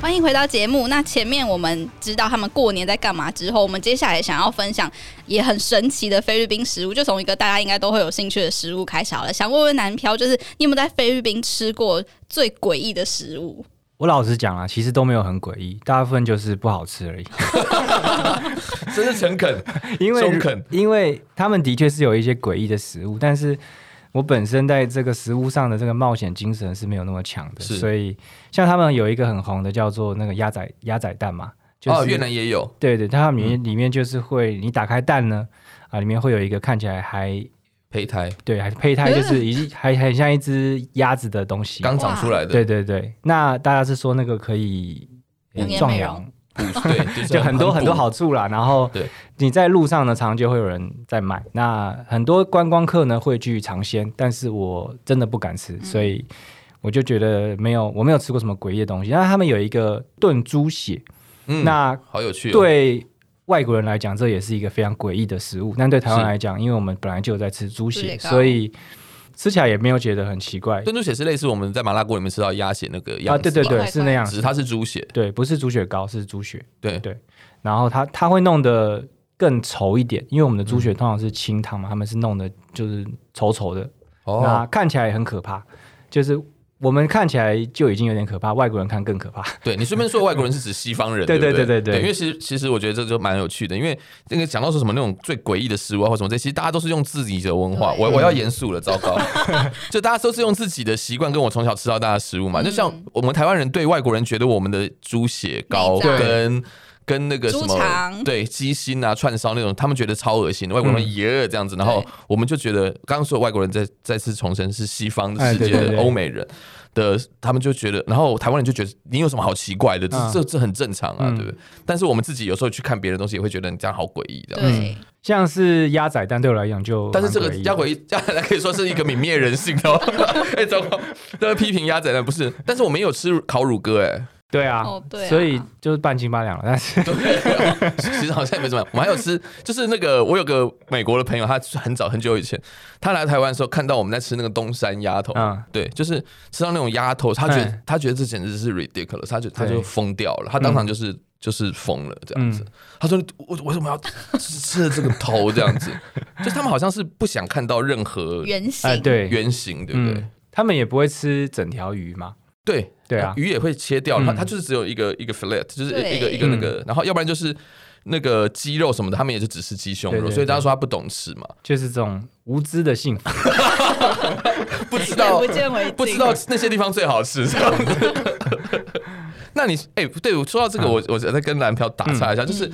Speaker 1: 欢迎回到节目。那前面我们知道他们过年在干嘛之后，我们接下来想要分享也很神奇的菲律宾食物，就从一个大家应该都会有兴趣的食物开始好了。想问问南漂，就是你有没有在菲律宾吃过最诡异的食物？
Speaker 3: 我老实讲啊，其实都没有很诡异，大部分就是不好吃而已。 [laughs]
Speaker 2: 真是诚恳，
Speaker 3: 因为
Speaker 2: 中肯
Speaker 3: 因为他们的确是有一些诡异的食物，但是我本身在这个食物上的这个冒险精神是没有那么强的，
Speaker 2: 是
Speaker 3: 所以像他们有一个很红的叫做那个鸭仔鸭仔蛋嘛，就是、
Speaker 2: 哦，越南也有，
Speaker 3: 对对，它里面、里面就是会你打开蛋呢啊，里面会有一个看起来还
Speaker 2: 胚胎
Speaker 3: 对还胚胎，
Speaker 2: 嗯
Speaker 3: 就是已经还很像一只鸭子的东西，
Speaker 2: 刚长出来的，
Speaker 3: 对对对，那大家是说那个可以呃
Speaker 1: 养颜
Speaker 3: 壮
Speaker 1: 美
Speaker 3: 阳
Speaker 1: 容。
Speaker 3: [laughs]
Speaker 2: 对，就是
Speaker 3: 就很多很多
Speaker 2: 补
Speaker 3: 好处啦。然后
Speaker 2: 对
Speaker 3: 你在路上呢，常常就会有人在卖。那很多观光客呢会去尝鲜，但是我真的不敢吃，所以我就觉得没有，我没有吃过什么诡异的东西。那他们有一个炖猪血，
Speaker 2: 嗯
Speaker 3: 那
Speaker 2: 好有趣、哦。，
Speaker 3: 对。外国人来讲，这也是一个非常诡异的食物，但对台湾
Speaker 2: 是
Speaker 3: 来讲，因为我们本来就有在吃猪
Speaker 1: 猪血
Speaker 3: 血，
Speaker 1: 糕
Speaker 3: 所以吃起来也没有觉得很奇怪
Speaker 2: 炖猪血是类似我们在麻辣锅里面吃到鸭血那个样
Speaker 3: 啊，
Speaker 2: 子
Speaker 3: 对对
Speaker 2: 吧
Speaker 3: 对，是那样
Speaker 2: 只
Speaker 3: 子
Speaker 2: 是，它是猪血，
Speaker 3: 对，不是猪血糕，是猪血，
Speaker 2: 对
Speaker 3: 对，然后它它会弄得更稠一点，因为我们
Speaker 2: 嗯
Speaker 3: 的猪血通常是清汤嘛，他们是弄的就是稠稠的，那
Speaker 2: 哦，
Speaker 3: 看起来也很可怕，就是我们看起来就已经有点可怕，外国人看更可怕。
Speaker 2: [laughs] 对你顺便说的外国人是指西方人，
Speaker 3: 对
Speaker 2: 对
Speaker 3: 对
Speaker 2: 不
Speaker 3: 对对对
Speaker 2: 对，因为其实其实我觉得这就蛮有趣的，因为那个讲到说什么那种最诡异的食物啊或什么这些，大家都是用自己的文化，
Speaker 1: 对
Speaker 2: 我我要严肃了，糟糕， [laughs] 就大家都是用自己的习惯跟我从小吃到大的食物嘛，就像
Speaker 1: 嗯
Speaker 2: 我们台湾人对外国人觉得我们的猪血糕
Speaker 1: 内脏
Speaker 2: 跟。跟那个什
Speaker 1: 猪
Speaker 2: 么
Speaker 1: 肠
Speaker 2: 对鸡心啊、串烧那种，他们觉得超恶心的。外国
Speaker 3: 嗯
Speaker 2: 人也这样子，然后我们就觉得，刚刚说的外国人再再次重申是西方
Speaker 3: 哎
Speaker 2: 世
Speaker 3: 对
Speaker 2: 界
Speaker 3: 对
Speaker 2: 的
Speaker 3: 对
Speaker 2: 欧美人，的，他们就觉得，然后台湾人就觉得你有什么好奇怪的，这、
Speaker 3: 嗯
Speaker 2: 这这很正常啊，
Speaker 3: 嗯
Speaker 2: 对不对？但是我们自己有时候去看别人的东西，也会觉得你这样好诡异这样。
Speaker 1: 对，
Speaker 3: 像是鸭仔蛋对我来讲就蛮嗯诡异的，
Speaker 2: 但是这个鸭鬼鸭仔蛋可以说是一个泯灭人性的哦， [laughs] 哎、糟糕，都在批评鸭仔蛋不是？但是我们也有吃烤乳鸽、
Speaker 3: 对啊，
Speaker 1: 哦对啊
Speaker 3: 所以就是半斤八两了。但是
Speaker 2: 哎，其实好像也没什么。我们还有吃，就是那个我有个美国的朋友，他很早很久以前，他来台湾的时候看到我们在吃那个东山鸭头，
Speaker 3: 嗯
Speaker 2: 对，就是吃到那种鸭头，他觉得、
Speaker 3: 嗯
Speaker 2: 他觉得这简直是 ridiculous，他就他就
Speaker 3: 对
Speaker 2: 疯掉了，他当场就是、就是疯了这样子。
Speaker 3: 嗯
Speaker 2: 他说我我为什么要吃吃了这个头这样子？ [laughs] 就是他们好像是不想看到任何
Speaker 1: 圆形、
Speaker 3: 哎，对，
Speaker 2: 原型，对不对？
Speaker 3: 嗯，他们也不会吃整条鱼嘛。
Speaker 2: 对
Speaker 3: 对啊
Speaker 2: 鱼也会切掉，它
Speaker 3: 嗯
Speaker 2: 它就是只有一个一个 fillet，就是
Speaker 1: 对
Speaker 2: 一个一个那个，然后要不然就是。那个鸡肉什么的，他们也就只吃鸡胸
Speaker 3: 对
Speaker 2: 肉，
Speaker 3: 对
Speaker 2: 所以大家说他不懂吃嘛，
Speaker 3: 就是这种无知的幸福，
Speaker 2: [laughs] 不知道
Speaker 1: 眼不见为净，
Speaker 2: 不知道那些地方最好吃这样子。
Speaker 3: [laughs]
Speaker 2: 那你哎、对我说到这
Speaker 3: 嗯
Speaker 2: 个，我我再跟蓝飘打岔一下，就是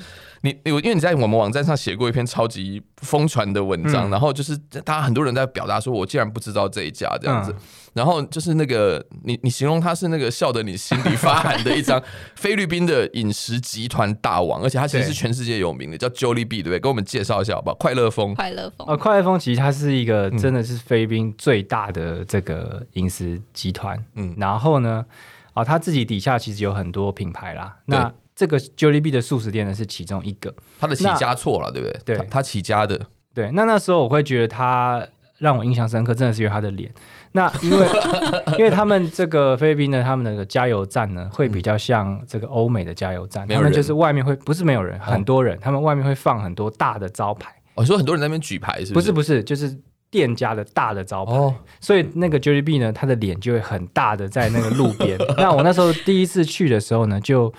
Speaker 2: 你你因为你在我们网站上写过一篇超级疯传的文章，
Speaker 3: 嗯
Speaker 2: 然后就是大家很多人在表达说，我竟然不知道这一家这样子，
Speaker 3: 嗯
Speaker 2: 然后就是那个你你形容他是那个笑得你心里发寒的一
Speaker 3: [laughs]
Speaker 2: 张菲律宾的饮食集团大王，而且他其实是
Speaker 3: 对
Speaker 2: 全世界有名的，叫 Jollibee 对不对？给我们介绍一下好不好？快乐风
Speaker 1: 快乐风
Speaker 3: 呃，快乐风其实它是一个
Speaker 2: 嗯
Speaker 3: 真的是菲律宾最大的这个饮食集团，
Speaker 2: 嗯
Speaker 3: 嗯，然后呢，啊、它自己底下其实有很多品牌啦，
Speaker 2: 对
Speaker 3: 那这个 Jollibee 的素食店呢是其中一个，
Speaker 2: 他的起
Speaker 3: 那
Speaker 2: 家错了，对不对？
Speaker 3: 对
Speaker 2: 他他起家的，
Speaker 3: 对，那那时候我会觉得他让我印象深刻，真的是因为他的脸。那因
Speaker 2: [laughs]
Speaker 3: 为因为他们这个菲律宾呢，他们的加油站呢会比较像这个欧美的加油站，
Speaker 2: 嗯没有
Speaker 3: 他们
Speaker 2: 人嗯
Speaker 3: 就是外面会不是没有人，很多人，他们外面会放很多大的招牌，
Speaker 2: 我、哦、说很多人在那边举牌，是
Speaker 3: 不
Speaker 2: 不
Speaker 3: 是
Speaker 2: 是？
Speaker 3: 不是，就是店家的大的招牌。
Speaker 2: 哦，
Speaker 3: 所以那个 Jollibee 呢，他的脸就会很大的在那个路 [laughs] 边。那我那时候第一次去的时候呢，就。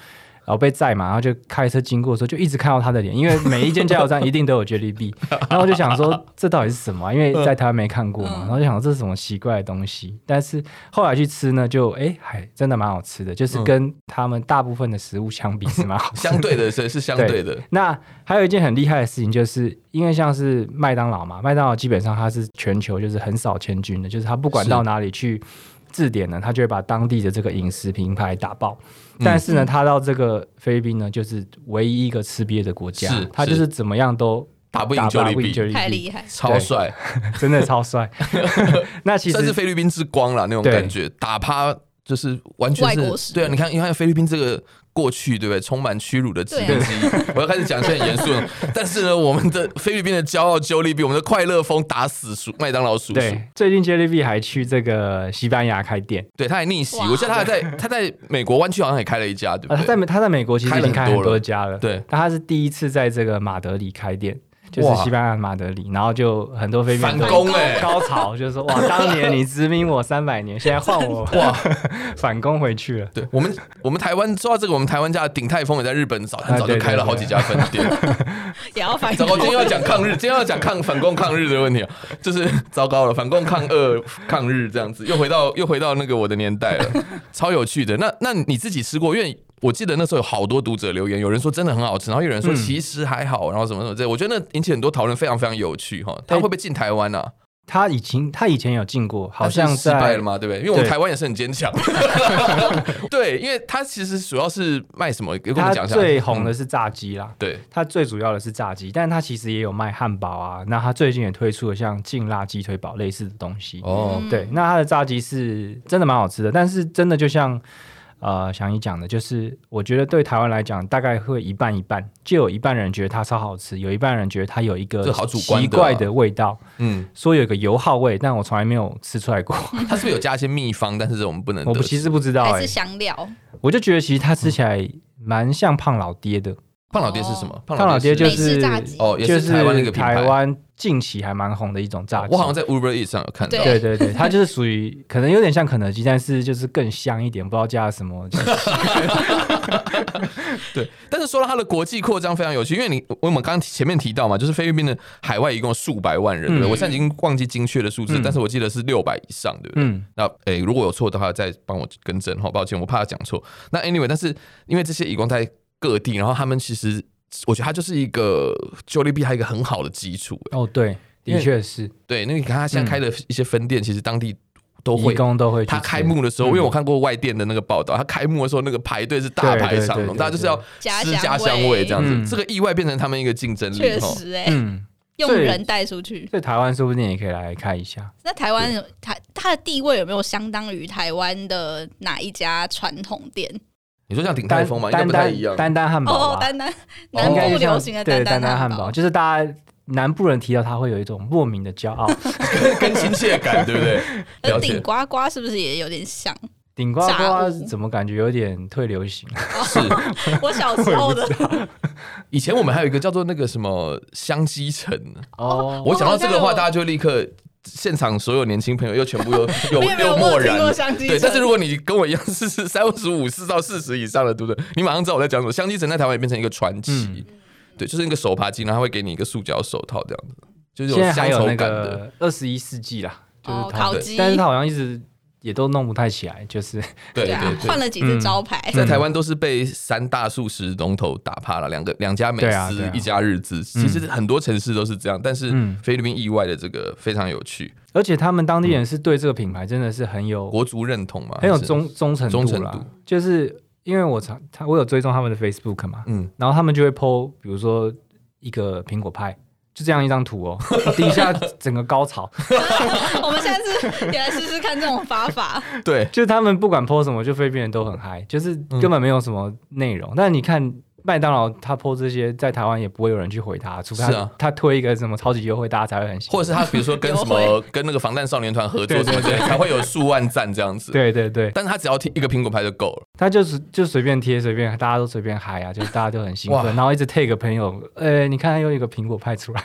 Speaker 3: 然后被载嘛，然后就开车经过的时候，就一直看到他的脸，因为每一间加油站一定都有 [laughs] Jollibee，然后我就想说这到底是什么啊、因为在台湾没看过嘛，
Speaker 1: 嗯
Speaker 3: 然后就想说这是什么奇怪的东西。嗯但是后来去吃呢，就哎还真的蛮好吃的，就是
Speaker 2: 嗯
Speaker 3: 跟他们大部分的食物相比是蛮 [laughs] 好吃的
Speaker 2: 相对的，是是相对的，
Speaker 3: 那还有一件很厉害的事情，就是因为像是麦当劳嘛，麦当劳基本上它是全球就是很少千军的，就是它不管
Speaker 2: 是
Speaker 3: 到哪里去字典呢，它就会把当地的这个饮食品牌打爆。
Speaker 2: 嗯
Speaker 3: 但是呢，它到这个菲律宾呢，就是唯一一个吃瘪的国家
Speaker 2: 是，
Speaker 3: 它就是是怎么样都
Speaker 2: 打不赢
Speaker 3: 打
Speaker 2: Jollibee
Speaker 1: 太
Speaker 3: Jollibee，
Speaker 1: 厉害，
Speaker 2: 超帅，
Speaker 3: 真的超
Speaker 2: [laughs]
Speaker 3: 帅。那其
Speaker 2: 算是
Speaker 3: 实
Speaker 2: 菲律宾之光了那种
Speaker 3: 对
Speaker 2: 感觉，打趴就是完全
Speaker 1: 外国
Speaker 2: 是
Speaker 1: 式
Speaker 2: 对啊！你看，你看菲律宾这个过去，对不对？充满屈辱的殖民
Speaker 1: 对
Speaker 2: 地，我要开始讲一些很严
Speaker 3: [laughs]
Speaker 2: 肃的。但是呢，我们的菲律宾的骄傲 Jollibee，我们的快乐风打死叔麦当劳叔叔，
Speaker 3: 对，最近 Jollibee 还去这个西班牙开店，
Speaker 2: 对，他还逆袭。
Speaker 1: 哇
Speaker 2: 我记得他还在他在美国湾区好像也开了一家，对
Speaker 3: 啊，
Speaker 2: 不
Speaker 3: 他在
Speaker 2: 对？
Speaker 3: 美他在美国其实已经
Speaker 2: 开
Speaker 3: 开
Speaker 2: 了很多
Speaker 3: 很
Speaker 2: 了
Speaker 3: 多家了，
Speaker 2: 对，
Speaker 3: 但他是第一次在这个马德里开店，就是
Speaker 2: 哇
Speaker 3: 西班牙马德里，然后就很多菲律宾
Speaker 2: 反
Speaker 3: 人都
Speaker 2: 攻哎、
Speaker 3: 高潮，就是说
Speaker 2: [laughs]
Speaker 3: 哇，当年你殖民我三百年，现在换我
Speaker 2: 哇！
Speaker 3: [laughs] 反攻回去了。
Speaker 2: 对我们，我们台湾说到这个，我们台湾家的鼎泰丰也在日本早很早就
Speaker 3: 啊对对
Speaker 2: 开了好几家分店，
Speaker 1: 也要反
Speaker 2: 哎糟
Speaker 1: 攻
Speaker 2: 糕，今天要讲抗日，今天要讲抗反共抗日的问题啊，就是糟糕了，反共抗俄抗日这样子，又回到又回到那个我的年代了，超有趣的。那那你自己吃过？因为我记得那时候有好多读者留言，有人说真的很好吃，然后有人说
Speaker 3: 嗯
Speaker 2: 其实还好，然后什么什么之类。我觉得那引起很多讨论，非常非常有趣哈。他
Speaker 3: 对
Speaker 2: 会不会进台湾啊？
Speaker 3: 他以前他以前有进过，好
Speaker 2: 但
Speaker 3: 像
Speaker 2: 是失败
Speaker 3: 在
Speaker 2: 了嘛，对不对？因为我们
Speaker 3: 对
Speaker 2: 台湾也是很坚强。 [laughs] 对，因为他其实主要是卖什么？给我
Speaker 3: 他
Speaker 2: 们讲一下。
Speaker 3: 最红的
Speaker 2: 嗯
Speaker 3: 是炸鸡啦。
Speaker 2: 对
Speaker 3: 它最主要的是炸鸡，但它其实也有卖汉堡啊。那它最近也推出了像劲辣鸡腿堡类似的东西。
Speaker 2: 哦，
Speaker 1: 嗯
Speaker 3: 对，那它的炸鸡是真的蛮好吃的，但是真的就像呃想一讲的，就是我觉得对台湾来讲，大概会一半一半，就有一半人觉得它超好吃，有一半人觉得它有一个
Speaker 2: 这好主观
Speaker 3: 奇
Speaker 2: 的啊
Speaker 3: 怪的味道，
Speaker 2: 嗯，
Speaker 3: 说有一个油耗味，但我从来没有吃出来过。
Speaker 2: 它是不是有加一些秘方？但是我们不能得
Speaker 3: 我
Speaker 2: 知，
Speaker 3: 不其实不知道
Speaker 1: 还
Speaker 3: 哎、
Speaker 1: 是香料？
Speaker 3: 我就觉得其实它吃起来蛮像胖老爹的，
Speaker 2: 胖老爹是什么？胖
Speaker 3: 哦胖老爹
Speaker 2: 是
Speaker 3: 就
Speaker 1: 美式
Speaker 3: 是
Speaker 1: 炸鸡
Speaker 2: 哦，也
Speaker 3: 就是
Speaker 2: 台湾的一个品牌哦
Speaker 3: 台。湾近期还蛮红的一种炸鸡。
Speaker 2: 我好像在 Uber Eats 上有看到，
Speaker 1: 对
Speaker 3: 对对
Speaker 2: [laughs]
Speaker 3: 对，它就是属于可能有点像肯德基，但是就是更香一点，不知道加了什么。 [laughs]
Speaker 2: 对。但是说到它的国际扩张非常有趣，因为你我们刚刚前面提到嘛，就是菲律宾的海外一共有数百万人，对不对？
Speaker 3: 嗯
Speaker 2: 我现在已经忘记精确的数字，
Speaker 3: 嗯
Speaker 2: 但是我记得是六百以上，对不对？
Speaker 3: 嗯，
Speaker 2: 那诶、如果有错的话，再帮我更正哈，抱歉，我怕讲错。那 anyway，但是因为这些义工在各地，然后他们其实，我觉得它就是一个 Jollibee 它一个很好的基础、欸
Speaker 3: 哦对，
Speaker 2: 因
Speaker 3: 的
Speaker 2: 为
Speaker 3: 确是，
Speaker 2: 对，那你看它现在开的一些分店，其实当地都
Speaker 3: 义
Speaker 2: 会。
Speaker 3: 工都会去吃。
Speaker 2: 它开幕的时候，因为我看过外电的那个报道，它开幕的时候那个排队是大排长
Speaker 3: 嗯对对对
Speaker 2: 龙，
Speaker 3: 对
Speaker 2: 大家就是要
Speaker 1: 家
Speaker 2: 吃
Speaker 1: 乡
Speaker 2: 家乡
Speaker 1: 味
Speaker 2: 味这样子。哦
Speaker 3: 嗯
Speaker 2: 这个意外变成他们一个竞争力
Speaker 1: 确
Speaker 2: 哈。
Speaker 1: 实哎、
Speaker 3: 嗯，
Speaker 1: 用
Speaker 3: 对
Speaker 1: 人带出去。
Speaker 3: 所以台湾说不定也可以来开一下。
Speaker 1: 那台湾有台它的地位有没有相当于台湾的哪一家传统店？
Speaker 2: 你说像鼎泰
Speaker 3: 单
Speaker 2: 丰嘛，应该
Speaker 3: 单
Speaker 2: 不太一样
Speaker 3: 单。单单汉堡
Speaker 1: 哦，
Speaker 3: 吧，
Speaker 1: 丹丹南
Speaker 3: 应该
Speaker 1: 部
Speaker 3: 就像
Speaker 1: 流行的
Speaker 3: 对
Speaker 1: 丹
Speaker 3: 丹
Speaker 1: 丹
Speaker 3: 汉
Speaker 1: 堡，
Speaker 3: 就是大家南部人提到它会有一种莫名的骄
Speaker 1: [laughs]
Speaker 3: 傲。
Speaker 2: [laughs] 跟亲切感，对不对？
Speaker 1: 而
Speaker 2: 了
Speaker 1: 呃顶
Speaker 2: 解，
Speaker 1: 呱呱是不是也有点像？
Speaker 3: 顶呱
Speaker 1: 炸
Speaker 3: 呱
Speaker 1: 物
Speaker 3: 怎么感觉有点退流行？啊
Speaker 2: 是。
Speaker 1: 我小时候的
Speaker 2: 以前我们还有一个叫做那个什么香鸡城，
Speaker 3: 哦
Speaker 2: 我讲到这
Speaker 1: 好
Speaker 2: 个
Speaker 1: 像
Speaker 2: 话，
Speaker 1: 有
Speaker 2: 大家就立刻现场所有年轻朋友又全部又又
Speaker 1: [laughs] 没有没有
Speaker 2: 又
Speaker 1: 我
Speaker 2: 默
Speaker 1: 有听
Speaker 2: 然
Speaker 1: 过
Speaker 2: 了。
Speaker 1: 香鸡
Speaker 2: 对，
Speaker 1: 城，
Speaker 2: 但是如果你跟我一样是是三十五四到四十以上的，对不对？你马上知道我在讲什么。香鸡城在台湾也变成一个传奇，对，就是那个手扒鸡，然后他会给你一个塑胶手套这样子，就是
Speaker 3: 现在
Speaker 2: 有乡
Speaker 3: 还有
Speaker 2: 愁
Speaker 3: 那
Speaker 2: 感的。
Speaker 3: 个二十一世纪啦，就是
Speaker 1: 哦
Speaker 3: 它
Speaker 1: 烤鸡，
Speaker 3: 但是它好像一直也都弄不太起来，就是
Speaker 2: 对
Speaker 1: 啊
Speaker 2: 对
Speaker 1: 换
Speaker 2: 对，
Speaker 1: 了几次招牌，
Speaker 2: 在台湾都是被三大素食龙头打趴了，两个两家美
Speaker 3: 对啊
Speaker 2: 食
Speaker 3: 对啊，
Speaker 2: 一家日资，其实很多城市都是这样，但是
Speaker 3: 嗯
Speaker 2: 菲律宾意外的这个非常有趣，
Speaker 3: 而且他们当地人是对这个品牌真的是很有
Speaker 2: 国足认同嘛，
Speaker 3: 啊很有
Speaker 2: 还是
Speaker 3: 忠忠诚
Speaker 2: 忠
Speaker 3: 度
Speaker 2: 诚
Speaker 3: 啦
Speaker 2: 度
Speaker 3: 就是因为我常他我有追踪他们的 Facebook 嘛，
Speaker 2: 嗯，
Speaker 3: 然后他们就会 PO，比如说一个苹果派，就这样一张图哦，
Speaker 2: [laughs]
Speaker 3: 底下整个高潮，
Speaker 1: [laughs] 我们下次也来试试看这种法法。
Speaker 2: 对，
Speaker 3: 就是他们不管 PO 什么，就菲律宾人都很嗨，就是
Speaker 2: 嗯
Speaker 3: 根本没有什么内容。但你看麦当劳他 PO 这些，在台湾也不会有人去回他，除非他、
Speaker 2: 是啊
Speaker 3: 他推一个什么超级优惠，大家才会很喜欢。
Speaker 2: 或者是他比如说跟什
Speaker 1: 优
Speaker 2: 么跟那个防弹少年团合作
Speaker 3: 对
Speaker 2: 什么之类，才会有数万赞这样子。
Speaker 3: 对对对，
Speaker 2: 但是他只要听一个苹果牌就够
Speaker 3: [laughs]
Speaker 2: 了，
Speaker 3: 他就是就随便贴随便，大家都随便嗨啊，就是大家都很兴
Speaker 2: 哇
Speaker 3: 奋，然后一直 take 朋友，呃、你看又一个苹果派出来，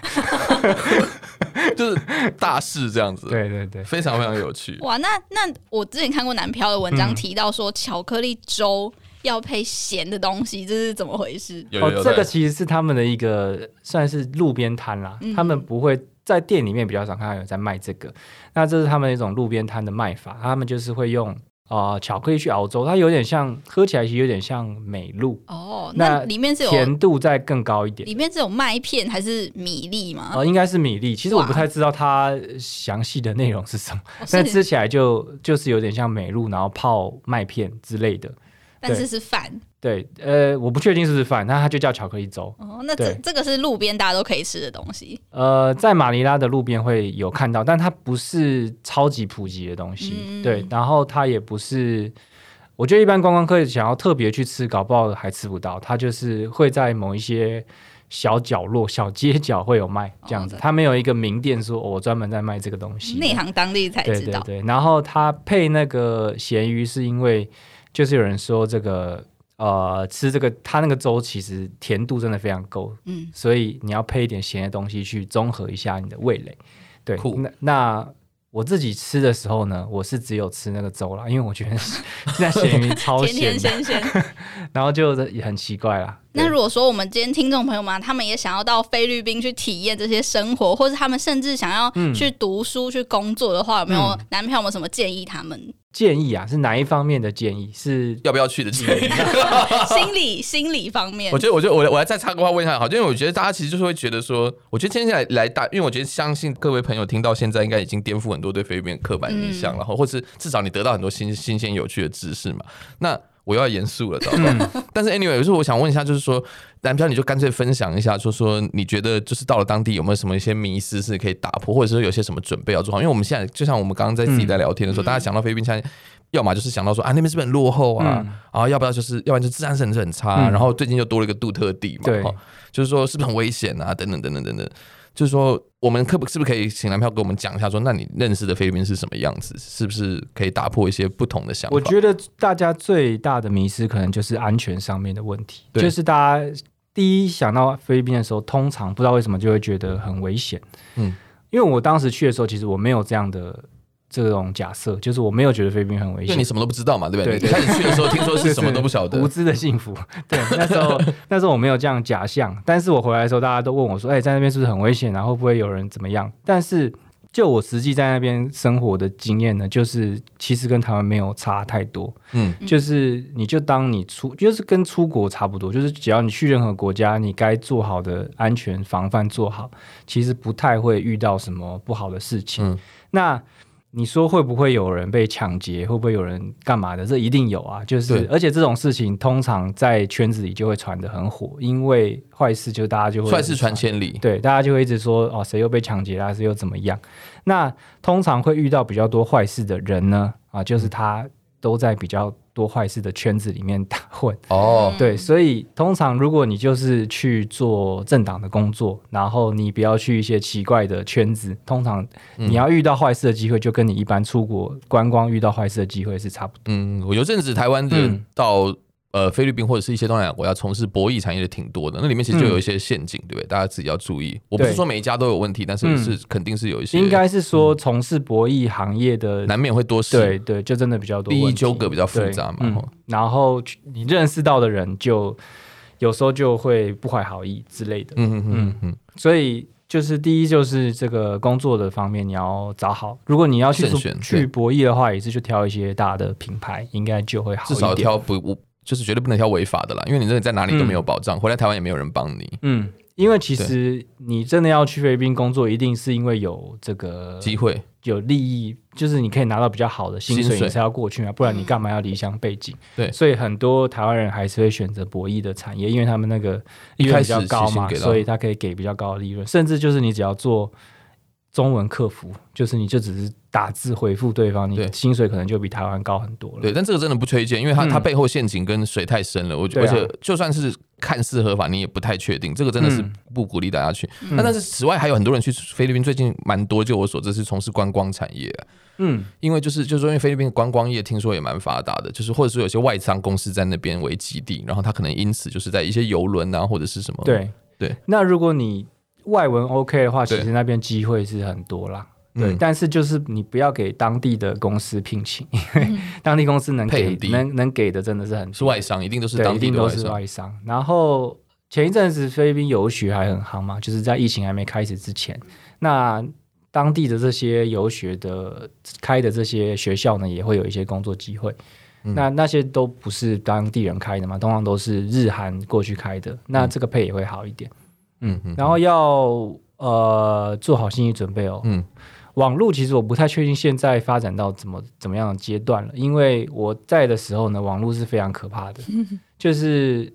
Speaker 2: 就是大事这样子。，
Speaker 3: 对对对，
Speaker 2: 非常非常有趣。
Speaker 1: 哇，那那我之前看过南漂的文章
Speaker 3: 嗯
Speaker 1: 提到说，巧克力粥要配咸的东西，这是怎么回事？
Speaker 2: 有有
Speaker 3: 哦，
Speaker 2: 有，
Speaker 3: 这个
Speaker 2: 对
Speaker 3: 其实是他们的一个算是路边摊啦，
Speaker 1: 嗯
Speaker 3: 他们不会在店里面比较少看到有在卖这个，那这是他们一种路边摊的卖法，他们就是会用呃巧克力去熬粥，它有点像喝起来其实有点像美露，
Speaker 1: 哦，嗯
Speaker 3: 那
Speaker 1: 那里面是有
Speaker 3: 甜度再更高一点
Speaker 1: 里。面是有麦片还是米粒吗？
Speaker 3: 呃，应该是米粒。其实我
Speaker 1: 哇
Speaker 3: 不太知道它详细的内容是什么，
Speaker 1: 哦
Speaker 3: 但
Speaker 1: 是
Speaker 3: 吃起来就就是有点像美露，然后泡麦片之类的。
Speaker 1: 但是是饭
Speaker 3: 对，呃，我不确定是不是饭，那它就叫巧克力粥。
Speaker 1: 哦。那这
Speaker 3: 对
Speaker 1: 这个是路边大家都可以吃的东西。
Speaker 3: 呃，在马尼拉的路边会有看到，但它不是超级普及的东西，
Speaker 1: 嗯
Speaker 3: 对，然后它也不是。我觉得一般观光客想要特别去吃，搞不好还吃不到。它就是会在某一些小角落、小街角会有卖这样子
Speaker 1: 哦，
Speaker 3: 它没有一个名店说、哦我专门在卖这个东西。
Speaker 1: 内行当地才
Speaker 3: 对
Speaker 1: 知
Speaker 3: 对
Speaker 1: 道。
Speaker 3: 对，然后它配那个咸鱼，是因为就是有人说这个呃吃这个它那个粥其实甜度真的非常够，
Speaker 1: 嗯，
Speaker 3: 所以你要配一点咸的东西去综合一下你的味蕾。对
Speaker 2: 酷，
Speaker 3: 那那我自己吃的时候呢，我是只有吃那个粥啦，因为我觉得 [laughs] 那咸鱼超
Speaker 1: 甜
Speaker 3: 咸
Speaker 1: 甜
Speaker 3: 的，
Speaker 1: 咸咸。
Speaker 3: [laughs] 然后就也很奇怪啦。
Speaker 1: 那
Speaker 3: 对
Speaker 1: 如果说我们今天听众朋友们，他们也想要到菲律宾去体验这些生活，或者他们甚至想要
Speaker 3: 嗯
Speaker 1: 去读书、去工作的话，有没有
Speaker 3: 嗯
Speaker 1: 男朋友有没有什么建议？他
Speaker 3: [laughs]
Speaker 1: 们
Speaker 3: 建议啊，是哪一方面的建议？是
Speaker 2: 要不要去的建议？
Speaker 1: 心理心理方面
Speaker 2: 我，觉得，我觉得我我来再插个话问一下好，因为我觉得大家其实就是会觉得说，我觉得接下来来大，因为我觉得相信各位朋友听到现在，应该已经颠覆很多对菲律宾的刻板印象，
Speaker 1: 嗯
Speaker 2: 然后或是至少你得到很多新 [laughs] 新鲜有趣的知识嘛。那我又要严肃
Speaker 3: [laughs]
Speaker 2: 了，知道吧？
Speaker 3: 嗯
Speaker 2: 但是 anyway，就是我想问一下，就是说，南漂你就干脆分享一下，就说你觉得就是到了当地有没有什么一些迷思是可以打破，或者说有些什么准备要做好？因为我们现在就像我们刚刚在自己在聊天的时候，
Speaker 1: 嗯
Speaker 2: 大家想到菲律宾现在。要么就是想到说啊那边是不是很落后啊，
Speaker 3: 嗯
Speaker 2: 啊要不要就是要不然就治安是很是很差啊、
Speaker 3: 嗯
Speaker 2: 然后最近又多了一个杜特地嘛，
Speaker 3: 对
Speaker 2: 哦就是说是不是很危险啊，等等等等等等。就是说，我们可不是不是可以请男票给我们讲一下说那你认识的菲律宾是什么样子？是不是可以打破一些不同的想法？
Speaker 3: 我觉得大家最大的迷失可能就是安全上面的问题，
Speaker 2: 对
Speaker 3: 就是大家第一想到菲律宾的时候，通常不知道为什么就会觉得很危险。
Speaker 2: 嗯
Speaker 3: 嗯，因为我当时去的时候，其实我没有这样的这种假设，就是我没有觉得菲律宾很危
Speaker 2: 因为
Speaker 3: 险
Speaker 2: 你。什么都不知道嘛，对不对？
Speaker 3: 对对
Speaker 2: 你开始去的时候听说是什么都不晓得
Speaker 3: 无，知的幸福。 [laughs] 对，那时候那时候我没有这样假象，但是我回来的时候，大家都问我说：“哎、在那边是不是很危险啊？会不会有人怎么样？”但是就我实际在那边生活的经验呢，就是其实跟台湾没有差太多。
Speaker 2: 嗯，
Speaker 1: 嗯
Speaker 3: 就是你就当你出，就是跟出国差不多，就是只要你去任何国家，你该做好的安全防范做好，其实不太会遇到什么不好的事情。
Speaker 2: 嗯
Speaker 3: 那你说会不会有人被抢劫？会不会有人干嘛的？这一定有啊！就
Speaker 2: 对
Speaker 3: 是，而且这种事情通常在圈子里就会传得很火，因为坏事就大家就会
Speaker 2: 帅是传千里，
Speaker 3: 对，大家就会一直说哦，谁又被抢劫啦，谁又怎么样？那通常会遇到比较多坏事的人呢，啊，
Speaker 2: 嗯
Speaker 3: 就是他都在比较多坏事的圈子里面打混。
Speaker 2: 哦，
Speaker 3: 对，所以通常如果你就是去做政党的工作，然后你不要去一些奇怪的圈子，通常
Speaker 2: 嗯
Speaker 3: 你要遇到坏事的机会，就跟你一般出国观光遇到坏事的机会是差不多。
Speaker 2: 嗯，我有阵子台湾人
Speaker 3: 嗯
Speaker 2: 到、呃菲律宾或者是一些东南亚国家从事博弈产业的挺多的，那里面其实就有一些陷阱，对不对？大家自己要注意。我不是
Speaker 3: 对
Speaker 2: 说每一家都有问题，但是
Speaker 3: 嗯
Speaker 2: 是肯定是有一些，
Speaker 3: 应该是说
Speaker 2: 嗯
Speaker 3: 从事博弈行业的
Speaker 2: 难免会多
Speaker 3: 对
Speaker 2: 事，
Speaker 3: 对，就真的比较多
Speaker 2: 利益
Speaker 3: 问题
Speaker 2: 纠葛比较复杂嘛。
Speaker 3: 对
Speaker 2: 吼
Speaker 3: 嗯、然后去你认识到的人就有时候就会不怀好意之类的，
Speaker 2: 嗯嗯嗯嗯，
Speaker 3: 所以。就是第一，就是这个工作的方面，你要找好。如果你要去
Speaker 2: 慎
Speaker 3: 做
Speaker 2: 选对
Speaker 3: 去博弈的话，也是去挑一些大的品牌，应该就会好一
Speaker 2: 至
Speaker 3: 点。
Speaker 2: 少挑不不就是绝对不能挑违法的啦，因为你真的在哪里都没有保障，回来台湾也没有人帮你。
Speaker 3: 嗯，因为其实你真的要去菲律宾工作，一定是因为有这个
Speaker 2: 机会，
Speaker 3: 有利益，就是你可以拿到比较好的薪
Speaker 2: 薪
Speaker 3: 水，
Speaker 2: 水嗯
Speaker 3: 你才要过去啊嘛，不然你干嘛要离乡背景？
Speaker 2: 对
Speaker 3: 所以很多台湾人还是会选择博弈的产业，因为他们那个利润比较高
Speaker 2: 一开始
Speaker 3: 嘛
Speaker 2: 起薪，给到
Speaker 3: 所以他可以给比较高的利润，甚至就是你只要做中文客服，就是你就只是打字回复对方，
Speaker 2: 对
Speaker 3: 你薪水可能就比台湾高很多了。
Speaker 2: 对，但这个真的不推荐，因为它、
Speaker 3: 嗯
Speaker 2: 它背后陷阱跟水太深了，我觉得、
Speaker 3: 对啊
Speaker 2: 而且就算是看似合法，你也不太确定，这个真的是
Speaker 3: 嗯
Speaker 2: 不鼓励大家去。那、但是此外还有很多人去菲律宾，最近蛮多，就我所知是从事观光产业啊、
Speaker 3: 嗯，
Speaker 2: 因为就是就是说因为菲律宾的观光业听说也蛮发达的，就是或者说有些外商公司在那边为基地，然后他可能因此就是在一些游轮啊或者是什么，
Speaker 3: 对
Speaker 2: 对。
Speaker 3: 那如果你外文 OK 的话，
Speaker 2: 对
Speaker 3: 其实那边机会是很多啦。对，
Speaker 2: 嗯，
Speaker 3: 但是就是你不要给当地的公司聘请，因为 [laughs] 当地公司能
Speaker 2: 配
Speaker 3: 给
Speaker 2: 很低
Speaker 3: 能能给的真的是很
Speaker 2: 是外商，一定都是
Speaker 3: 对，
Speaker 2: 当
Speaker 3: 一
Speaker 2: 地
Speaker 3: 定
Speaker 2: 的
Speaker 3: 都
Speaker 2: 外
Speaker 3: 是
Speaker 2: 商，
Speaker 3: 外商。然后前一阵子菲律宾游学还很夯嘛，就是在疫情还没开始之前，那当地的这些游学的开的这些学校呢，也会有一些工作机会。
Speaker 2: 嗯
Speaker 3: 那那些都不是当地人开的嘛，通常都是日韩过去开的，那这个配也会好一点。
Speaker 2: 嗯嗯，
Speaker 3: 然后要呃做好心理准备哦。
Speaker 2: 嗯
Speaker 3: 嗯，网络其实我不太确定现在发展到怎么怎么样的阶段了，因为我在的时候呢，网络是非常可怕
Speaker 2: [laughs]
Speaker 3: 的，就是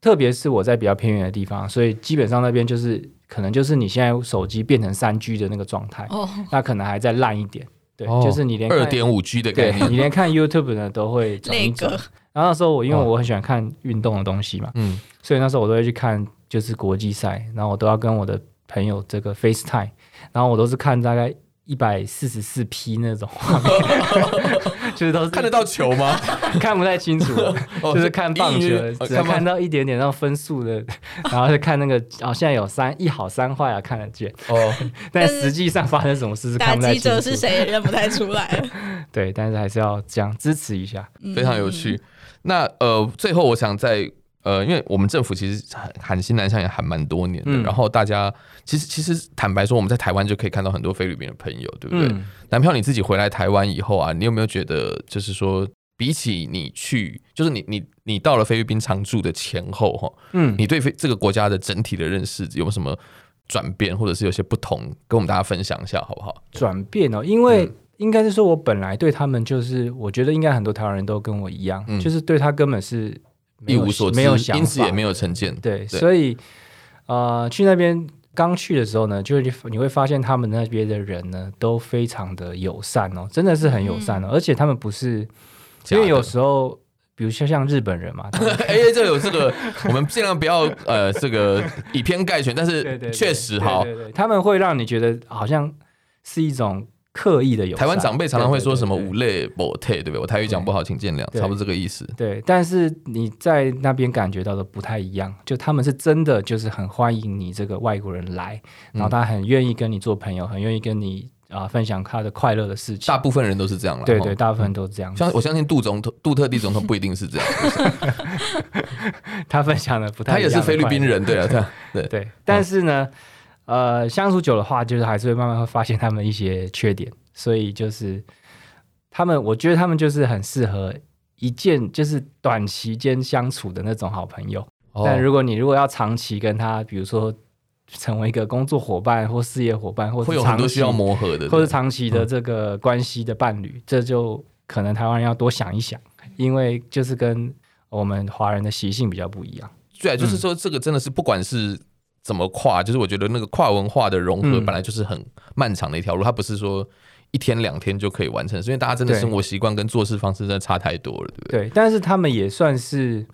Speaker 3: 特别是我在比较偏远的地方，所以基本上那边就是可能就是你现在手机变成三 G 的那个状态，
Speaker 1: 哦，
Speaker 3: 那可能还在烂一点。对，
Speaker 2: 哦
Speaker 3: 就是你连看
Speaker 2: 二点五 G 的概
Speaker 3: 对
Speaker 2: 念，
Speaker 3: 你连看 YouTube 呢都会转一
Speaker 1: 那
Speaker 3: 转
Speaker 1: 个。
Speaker 3: 然后那时候我因为
Speaker 2: 哇
Speaker 3: 我很喜欢看运动的东西嘛，
Speaker 2: 嗯，
Speaker 3: 所以那时候我都会去看，就是国际赛，然后我都要跟我的朋友这个 FaceTime，然后我都是看大概一百四十四 P 那种画面， [laughs] 就是都是
Speaker 2: 看得到球
Speaker 3: [laughs]
Speaker 2: 吗？
Speaker 3: 看不太
Speaker 2: [laughs]
Speaker 3: 清楚，
Speaker 2: 哦
Speaker 3: 就是看棒球
Speaker 2: 隐隐约约，哦
Speaker 3: 只能
Speaker 2: 棒
Speaker 3: 看到一点点那种分数的，然后就看那个哦，现在有三一好三坏啊，看得见，
Speaker 2: 哦，
Speaker 3: 但
Speaker 1: 但是
Speaker 3: 实际上发生什么事是
Speaker 1: 打
Speaker 3: 看不太
Speaker 1: 击
Speaker 3: 清
Speaker 1: 者
Speaker 3: 楚
Speaker 1: 是。谁也认不太出来嗯了。
Speaker 3: [laughs] 对，但是还是要这样支持一下。
Speaker 2: 非常有趣。那呃，最后我想在呃，因为我们政府其实喊喊新南向也喊蛮多年的，
Speaker 3: 嗯
Speaker 2: 然后大家其实其实坦白说，我们在台湾就可以看到很多菲律宾的朋友，对不对？
Speaker 3: 嗯，
Speaker 2: 男票你自己回来台湾以后啊，你有没有觉得就是说？比起你去，就是你你你到了菲律宾常住的前后哈，
Speaker 3: 嗯
Speaker 2: 你对菲这个国家的整体的认识有没有什么转变，或者是有些不同，跟我们大家分享一下好不好？
Speaker 3: 转变哦，因为应该是说，我本来对他们就是，我觉得应该很多台湾人都跟我一样，
Speaker 2: 嗯
Speaker 3: 就是对他根本是没
Speaker 2: 一
Speaker 3: 有
Speaker 2: 无所知，
Speaker 3: 没有想法，
Speaker 2: 因此也没有成见。
Speaker 3: 对，
Speaker 2: 对
Speaker 3: 所以呃，去那边刚去的时候呢，就会你会发现他们那边的人呢都非常的友善哦，真的是很友善哦，而且他们不是
Speaker 2: 假
Speaker 3: 因
Speaker 2: 的
Speaker 3: 为有时候，比如说像日本人嘛，
Speaker 2: [laughs]
Speaker 3: 他们
Speaker 2: 哎、这有这个，我们尽量不要呃，这个以偏概全，但
Speaker 3: [laughs] 对对
Speaker 2: 是
Speaker 3: 对
Speaker 2: 确实
Speaker 3: 对
Speaker 2: 好。
Speaker 3: 对对他们会让你觉得好像是一种刻意的友善。
Speaker 2: 台湾长辈常常会说什么“
Speaker 3: 对对对
Speaker 2: 五类某退”，对不对？我台语讲不好，请见谅，
Speaker 3: 对
Speaker 2: 差不多这个意思。
Speaker 3: 对，但是你在那边感觉到的不太一样，就他们是真的就是很欢迎你这个外国人来，然后
Speaker 2: 嗯
Speaker 3: 他很愿意跟你做朋友，很愿意跟你啊、分享他的快乐的事情
Speaker 2: 大。部分人都是这样了。
Speaker 3: 对
Speaker 2: 吼
Speaker 3: 对，。大部分都这样子。
Speaker 2: 像我相信杜总统、杜特地总统不一定是这样，
Speaker 3: [laughs] 他分享的不太
Speaker 2: 他
Speaker 3: 一
Speaker 2: 也
Speaker 3: 样的
Speaker 2: 是菲律
Speaker 3: 快乐
Speaker 2: 宾人，对啊，对啊，
Speaker 3: 对，但是呢，呃，相处久的话，就是还是会慢慢会发现他们一些缺点，所以就是他们，我觉得他们就是很适合一见就是短期间相处的那种好朋友。
Speaker 2: 哦
Speaker 3: 但如果你如果要长期跟他，比如说成为一个工作伙伴或事业伙伴，或
Speaker 2: 会
Speaker 3: 是
Speaker 2: 有很
Speaker 3: 长
Speaker 2: 多需要
Speaker 3: 期
Speaker 2: 磨合的，嗯
Speaker 3: 或
Speaker 2: 对
Speaker 3: 是长期的这个关系的伴侣，这就可能台湾人要多想一想，因为就是跟我们华人的习性比较不一样。
Speaker 2: 对啊，就是说这个真的是不管是怎么跨，就是我觉得那个跨文化的融合
Speaker 3: 嗯
Speaker 2: 本来就是很漫长的一条路，它不是说一天两天就可以完成，是因为大家真的
Speaker 3: 对
Speaker 2: 生活习惯跟做事方式真的差太多了，对不对？
Speaker 3: 对，但是他们也算是，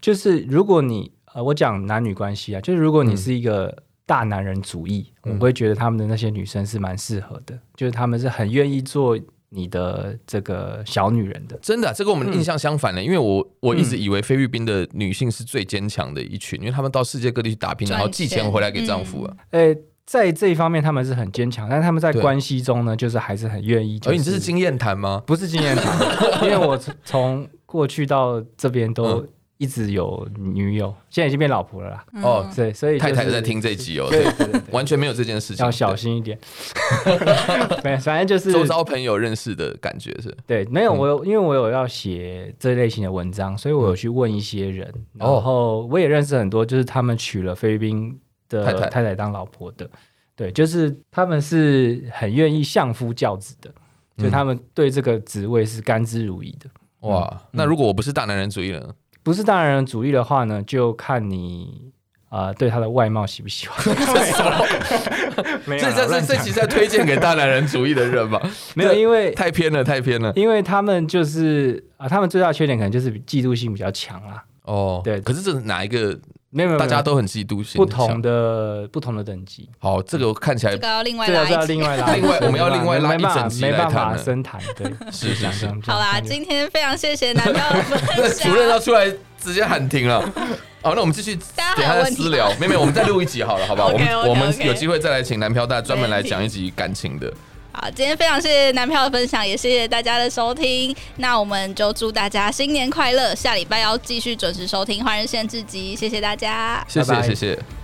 Speaker 3: 就是如果你呃，我讲男女关系啊，就是如果你是一个大男人主义，
Speaker 2: 嗯
Speaker 3: 我会觉得他们的那些女生是蛮适合的，就是他们是很愿意做你的这个小女人的。
Speaker 2: 真的啊、这跟我们的印象相反
Speaker 3: 嗯
Speaker 2: 的、因为我我一直以为菲律宾的女性是最坚强的一群，因为她们到世界各地去打拼，
Speaker 1: 赚
Speaker 2: 然后寄钱
Speaker 1: 钱
Speaker 2: 回来给丈夫啊。
Speaker 3: 呃，在这一方面他们是很坚强，但是他们在
Speaker 2: 对
Speaker 3: 关系中呢，就是还是很愿意、就
Speaker 2: 而哦
Speaker 3: 是。
Speaker 2: 你这是经验谈吗？
Speaker 3: 不是经
Speaker 2: [laughs]
Speaker 3: 验谈，因为我从从过去到这边都
Speaker 2: 嗯
Speaker 3: 一直有女友，现在已经变老婆了啦。
Speaker 1: 嗯
Speaker 2: 哦
Speaker 3: 对，所以、就
Speaker 2: 太
Speaker 3: 是、
Speaker 2: 太在听这集哦，
Speaker 3: 对
Speaker 2: 对，
Speaker 3: 对对
Speaker 2: [laughs] 完全没有这件事情，
Speaker 3: 要小心一点。 [laughs] 没有，反正就是
Speaker 2: 对。周遭朋友认识的感觉是，
Speaker 3: 对，没有
Speaker 2: 嗯
Speaker 3: 我有，因为我有要写这类型的文章，所以我有去问一些人，
Speaker 2: 哦
Speaker 3: 然后我也认识很多，就是他们娶了菲律宾的
Speaker 2: 太太
Speaker 3: 太太当老婆的，对，就是他们是很愿意相夫教子的，
Speaker 2: 嗯
Speaker 3: 就他们对这个职位是甘之如饴的。
Speaker 2: 哇，
Speaker 3: 嗯
Speaker 2: 那如果我不是大男人主义呢？
Speaker 3: 不是大男人主义的话呢，就看你呃对他的外貌喜
Speaker 2: [laughs]
Speaker 3: 不喜欢。 [laughs] 没有
Speaker 2: 这
Speaker 3: 啦，
Speaker 2: 这
Speaker 3: 我乱
Speaker 2: 这这
Speaker 3: 讲
Speaker 2: 期在推荐给大男人主义的人
Speaker 3: [laughs]
Speaker 2: 吧？
Speaker 3: 没有，因为
Speaker 2: 太偏了，太偏
Speaker 3: [laughs]
Speaker 2: 了。
Speaker 3: 因为他们就是啊、他们最大的缺点可能就是嫉妒心比较强啦。
Speaker 2: 哦，
Speaker 3: 对
Speaker 2: 可是这是哪一个？
Speaker 3: 没有没有，
Speaker 2: 大家
Speaker 3: 没有
Speaker 2: 都很嫉妒心。
Speaker 3: 不同的不同的等级，
Speaker 2: 好，这个看起来
Speaker 1: 这个要另外
Speaker 3: 这个
Speaker 1: 拉
Speaker 3: 是要
Speaker 1: 一集。
Speaker 3: 另外拉一集，
Speaker 2: 另外 [laughs] 我们要另外拉
Speaker 3: 没办
Speaker 2: 一整
Speaker 3: 法
Speaker 2: 集
Speaker 3: 没
Speaker 2: 来
Speaker 3: 办
Speaker 2: 谈
Speaker 3: 法
Speaker 2: 了
Speaker 3: 深谈，对，
Speaker 2: [laughs] 是是是。
Speaker 1: 好啦，今天非常谢谢南高的
Speaker 2: [laughs]
Speaker 1: 分享
Speaker 3: [laughs]
Speaker 2: 主。任要出来直接喊
Speaker 1: [laughs]
Speaker 2: 停了。好，那我们继续等
Speaker 1: 大家还有
Speaker 2: 下
Speaker 1: 问题
Speaker 2: 私聊，没有没有，我们再录一集好了，好不好？我
Speaker 1: [laughs]
Speaker 2: 们
Speaker 1: OK，OK，OK
Speaker 2: 我们有机会再来请男票大专门来讲一集感情的。
Speaker 1: 好，今天非常谢谢男票的分享，也谢谢大家的收听。那我们就祝大家新年快乐，下礼拜要继续准时收听《华人限制集》，谢谢大家。
Speaker 2: 谢谢
Speaker 3: 拜拜
Speaker 2: 谢谢。